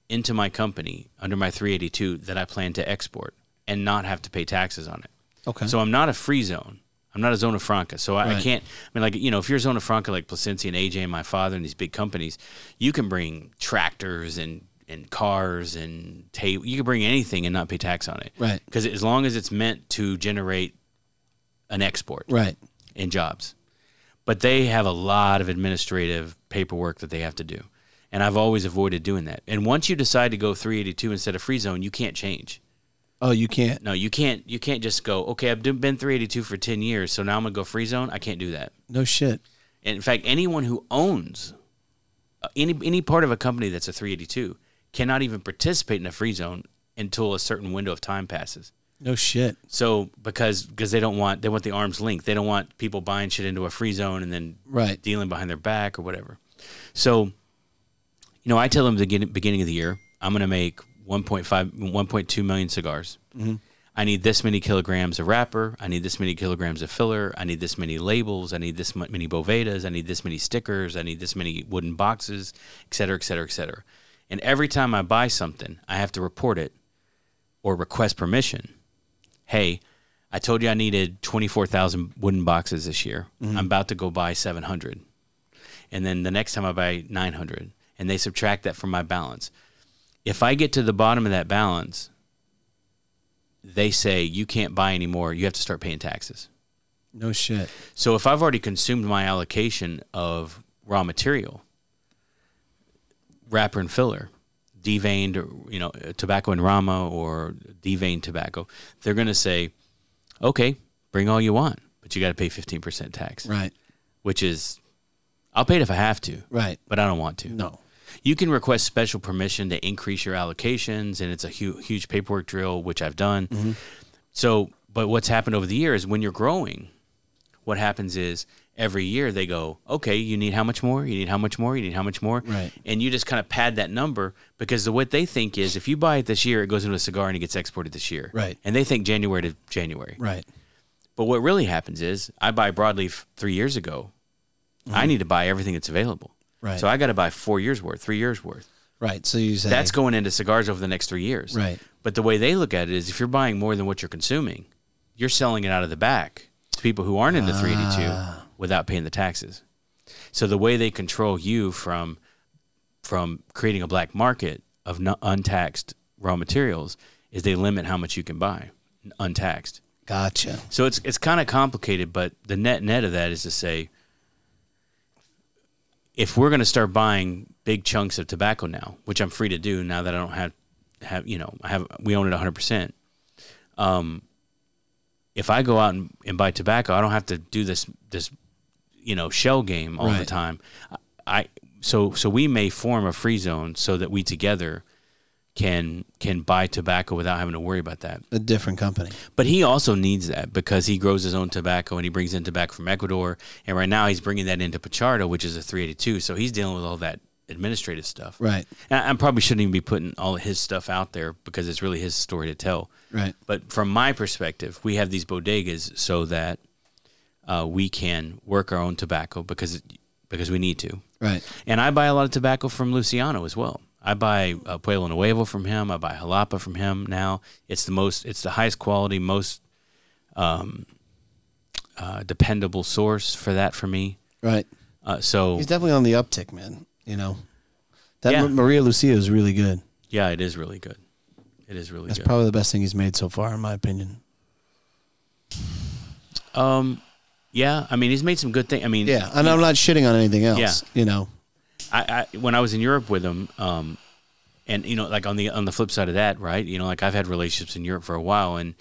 Speaker 2: into my company under my 382 that I plan to export and not have to pay taxes on it.
Speaker 1: Okay.
Speaker 2: So I'm not a free zone. I'm not a zona franca. So I, I
Speaker 1: Right.
Speaker 2: can't. I mean, like you know, if you're a zona franca like Placencia and AJ and my father and these big companies, you can bring tractors and and cars and table. You can bring anything and not pay tax on it.
Speaker 1: Right.
Speaker 2: Because as long as it's meant to generate an export
Speaker 1: right.
Speaker 2: and jobs. But they have a lot of administrative paperwork that they have to do. And I've always avoided doing that. And once you decide to go 382 instead of free zone, you can't change.
Speaker 1: Oh, you can't.
Speaker 2: No, you can't. You can't just go. Okay, I've do- been 382 for 10 years, so now I'm gonna go free zone. I can't do that.
Speaker 1: No shit.
Speaker 2: And in fact, anyone who owns uh, any any part of a company that's a 382 cannot even participate in a free zone until a certain window of time passes.
Speaker 1: No shit.
Speaker 2: So because because they don't want they want the arms length. They don't want people buying shit into a free zone and then
Speaker 1: Right.
Speaker 2: dealing behind their back or whatever. So, you know, I tell them the begin- beginning of the year, I'm going to make 1.5, 1.2 million cigars. I need this many kilograms of wrapper. I need this many kilograms of filler. I need this many labels. I need this mu- many bovedas. I need this many stickers. I need this many wooden boxes, et cetera, et cetera, et cetera. And every time I buy something, I have to report it or request permission. Hey, I told you I needed 24,000 wooden boxes this year. I'm about to go buy 700. And then the next time I buy 900 and they subtract that from my balance. If I get to the bottom of that balance, they say you can't buy anymore. You have to start paying taxes.
Speaker 1: No shit.
Speaker 2: So if I've already consumed my allocation of raw material, wrapper and filler, deveined, or, you know, uh, tobacco and rama or deveined tobacco, they're going to say, okay, bring all you want, but you got to pay 15% tax,
Speaker 1: Right.
Speaker 2: which is, I'll pay it if I have to,
Speaker 1: Right.
Speaker 2: but I don't want to.
Speaker 1: No.
Speaker 2: You can request special permission to increase your allocations, and it's a hu- huge paperwork drill, which I've done.
Speaker 1: Mm-hmm.
Speaker 2: So, but what's happened over the years when you're growing, what happens is every year they go, okay, you need how much more? You need how much more? You need how much more?
Speaker 1: Right.
Speaker 2: And you just kind of pad that number because the, what they think is if you buy it this year, it goes into a cigar and it gets exported this year.
Speaker 1: Right.
Speaker 2: And they think January to January.
Speaker 1: Right.
Speaker 2: But what really happens is I buy broadleaf three years ago. I need to buy everything that's available.
Speaker 1: Mm-hmm. Right.
Speaker 2: So I got to buy four years worth, three years worth.
Speaker 1: Right. So you say
Speaker 2: That's going into cigars over the next three years.
Speaker 1: Right.
Speaker 2: But the way they look at it is if you're buying more than what you're consuming, you're selling it out of the back to people who aren't into
Speaker 1: Ah.
Speaker 2: 382 without paying the taxes. So the way they control you from from creating a black market of n- untaxed raw materials is they limit how much you can buy untaxed.
Speaker 1: gotcha.
Speaker 2: So it's it's kind of complicated, but the net net of that is to say, if we're going to start buying big chunks of tobacco now, which I'm free to do now that I don't have have you know I have we own it 100. percent Um, if I go out and, and buy tobacco, I don't have to do this this you know shell game all the
Speaker 1: Right.
Speaker 2: time. I, I so so we may form a free zone so that we together can can buy tobacco without having to worry about that.
Speaker 1: A different company.
Speaker 2: But he also needs that because he grows his own tobacco and he brings in tobacco from Ecuador. And right now he's bringing that into Pachardo, which is a 382. So he's dealing with all that administrative stuff.
Speaker 1: Right.
Speaker 2: And I I probably shouldn't even be putting all of his stuff out there because it's really his story to tell.
Speaker 1: Right.
Speaker 2: But from my perspective, we have these bodegas so that uh, we can work our own tobacco because because we need to.
Speaker 1: Right.
Speaker 2: And I buy a lot of tobacco from Luciano as well. I buy uh, Pueblo Nuevo from him. I buy Jalapa from him now. It's the most, it's the highest quality, most um, uh, dependable source for that for me.
Speaker 1: Right.
Speaker 2: Uh, so
Speaker 1: He's definitely on the uptick, man. You know, that
Speaker 2: Yeah.
Speaker 1: Maria Lucia is really good.
Speaker 2: yeah, it is really good. It is really
Speaker 1: That's
Speaker 2: good.
Speaker 1: probably the best thing he's made so far, in my opinion.
Speaker 2: um, yeah, I mean, he's made some good things. I mean,
Speaker 1: Yeah, and I'm not shitting on anything else.
Speaker 2: Yeah.
Speaker 1: You know,
Speaker 2: I, I when I was in Europe with him, um, and you know, like on the on the flip side of that, right? You know, like I've had relationships in Europe for a while, and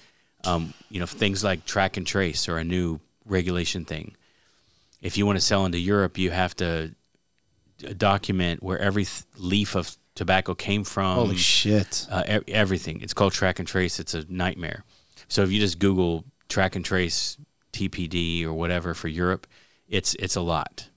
Speaker 2: um, you know, things like track and trace or a new regulation thing. If you want to sell into Europe, you have to d- document where every th- leaf of tobacco came from.
Speaker 1: holy shit.
Speaker 2: Uh, e- everything. It's called track and trace. It's a nightmare. So if you just Google track and trace TPD or whatever for Europe, it's it's a lot.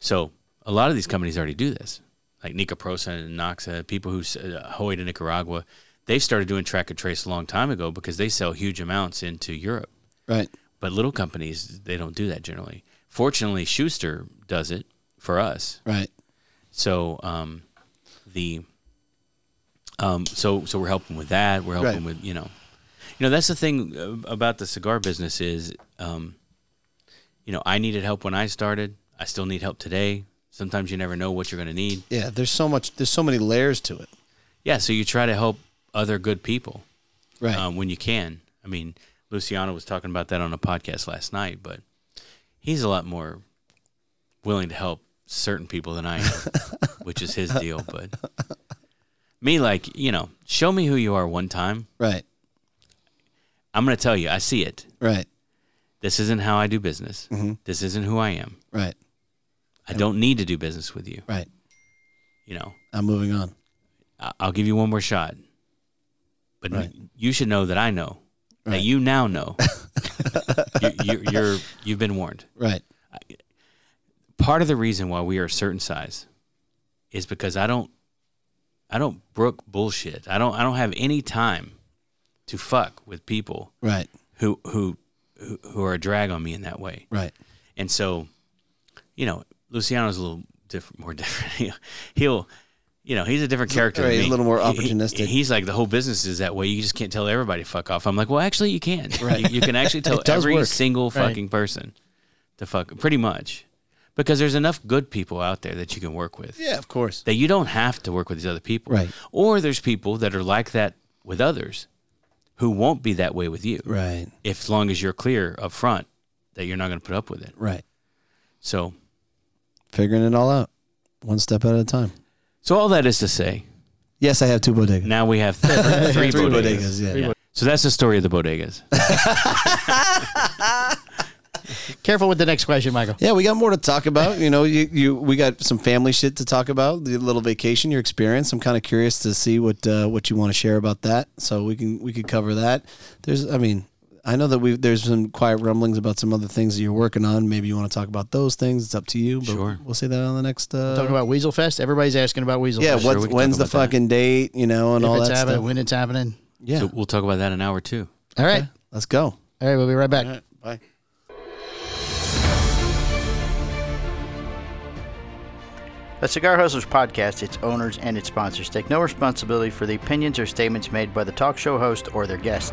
Speaker 2: So a lot of these companies already do this, like Nicoprosa and Noxa, people who s- uh, Hoy to Nicaragua. They started doing track and trace a long time ago because they sell huge amounts into Europe.
Speaker 1: Right.
Speaker 2: But little companies, they don't do that generally. Fortunately, Schuster does it for us.
Speaker 1: Right.
Speaker 2: So um, the um, so so we're helping with that. We're helping
Speaker 1: Right.
Speaker 2: with you know, you know that's the thing uh, about the cigar business is, um, you know, I needed help when I started. I still need help today. Sometimes you never know what you're going to need.
Speaker 1: Yeah. There's so much. There's so many layers to it.
Speaker 2: Yeah, so you try to help other good people
Speaker 1: Right.
Speaker 2: um, when you can. I mean, Luciano was talking about that on a podcast last night, but he's a lot more willing to help certain people than I
Speaker 1: [laughs]
Speaker 2: am, which is his deal. But me, like, you know, show me who you are one time.
Speaker 1: right.
Speaker 2: I'm going to tell you, I see it.
Speaker 1: Right.
Speaker 2: This isn't how I do business.
Speaker 1: Mm-hmm.
Speaker 2: This isn't who I am.
Speaker 1: Right.
Speaker 2: I don't need to do business with you.
Speaker 1: Right.
Speaker 2: You know,
Speaker 1: I'm moving on.
Speaker 2: I- I'll give you one more shot. But
Speaker 1: Right.
Speaker 2: you should know that I know, that
Speaker 1: Right.
Speaker 2: you
Speaker 1: [laughs]
Speaker 2: now know. you, you, you're, you've been warned.
Speaker 1: Right.
Speaker 2: part of the reason why we are a certain size is because I don't I don't brook bullshit. I don't I don't have any time to fuck with people
Speaker 1: Right.
Speaker 2: who who who who are a drag on me in that way.
Speaker 1: Right.
Speaker 2: And so, you know, Luciano's a little different, more [laughs] different. He'll, you know, he's a different character. than
Speaker 1: Right, he's
Speaker 2: me.
Speaker 1: a little more
Speaker 2: He- he-
Speaker 1: opportunistic.
Speaker 2: he's like the whole business is that way. You just can't tell everybody fuck off. I'm like, well, actually, you can.
Speaker 1: [laughs] Right.
Speaker 2: You, you can actually tell
Speaker 1: It does
Speaker 2: every
Speaker 1: work.
Speaker 2: single
Speaker 3: Right.
Speaker 2: fucking person to fuck, pretty much, because there's enough good people out there that you can work with
Speaker 1: Yeah. Of course.
Speaker 2: that you don't have to work with these other people.
Speaker 1: Right.
Speaker 2: Or there's people that are like that with others, who won't be that way with you,
Speaker 1: Right.
Speaker 2: if long as you're clear up front that you're not going to put up with it.
Speaker 1: Right.
Speaker 2: So
Speaker 1: Figuring it all out, one step at a time.
Speaker 2: So all that is to say,
Speaker 1: Yes, I have two bodegas.
Speaker 2: now we [laughs] have three, three bodegas.
Speaker 1: Yeah.
Speaker 2: So that's the story of the bodegas.
Speaker 3: Careful with the next question, Michael.
Speaker 1: Yeah, we got more to talk about. You know, you, you we got some family shit to talk about. The little vacation, your experience. I'm kind of curious to see what uh, what you want to share about that. So we can we could cover that. There's, I mean, I know that we there's some quiet rumblings about some other things that you're working on. Maybe you want to talk about those things. It's up to you. But
Speaker 2: Sure.
Speaker 1: We'll see that on the next. Uh,
Speaker 3: Talking about Weasel Fest. Everybody's asking about Weasel
Speaker 1: yeah,
Speaker 3: Fest.
Speaker 1: what's,
Speaker 2: we can
Speaker 1: when's
Speaker 2: talk
Speaker 1: the
Speaker 2: about that.
Speaker 1: fucking date? You know, and all
Speaker 3: if it's
Speaker 1: that
Speaker 3: happening,
Speaker 1: stuff.
Speaker 3: when it's happening.
Speaker 1: Yeah.
Speaker 2: So we'll talk about that in hour two.
Speaker 3: All right.
Speaker 1: Let's go.
Speaker 3: All right. We'll be right back.
Speaker 1: Bye.
Speaker 3: The Cigar Hustlers podcast, its owners, and its sponsors take no responsibility for the opinions or statements made by the talk show host or their guest.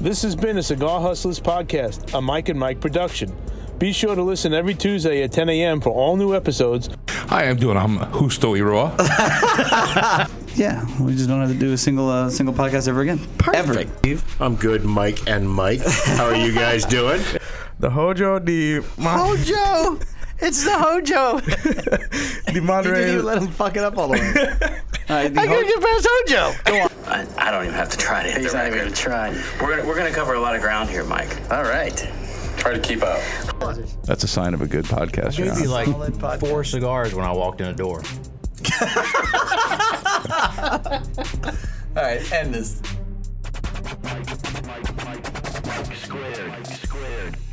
Speaker 4: This has been a Cigar Hustlers podcast, a Mike and Mike production. Be sure to listen every Tuesday at 10 a.m. for all new episodes
Speaker 5: Hi, I'm doing. I'm Husto Iroa.
Speaker 6: Yeah, we just don't have to do a single uh, single podcast ever again. [laughs] Perfect. Ever.
Speaker 7: I'm good, Mike and Mike. How are you guys doing?
Speaker 8: The Hojo de
Speaker 3: [laughs]
Speaker 8: Ma-
Speaker 3: Hojo! It's the Hojo!
Speaker 8: de Monterey.
Speaker 6: let him fuck it up all the way. all right, the
Speaker 3: I
Speaker 6: whole-
Speaker 3: gotta get past Hojo!
Speaker 9: I don't even have to try to hit the record.
Speaker 6: try.
Speaker 9: We're gonna, we're gonna cover a lot of ground here, Mike.
Speaker 6: All right.
Speaker 9: Try to keep up.
Speaker 5: That's a sign of a good podcast. You're on.
Speaker 10: Maybe like four cigars when I walked in the door.
Speaker 6: All right, end this.
Speaker 9: Squared. Squared.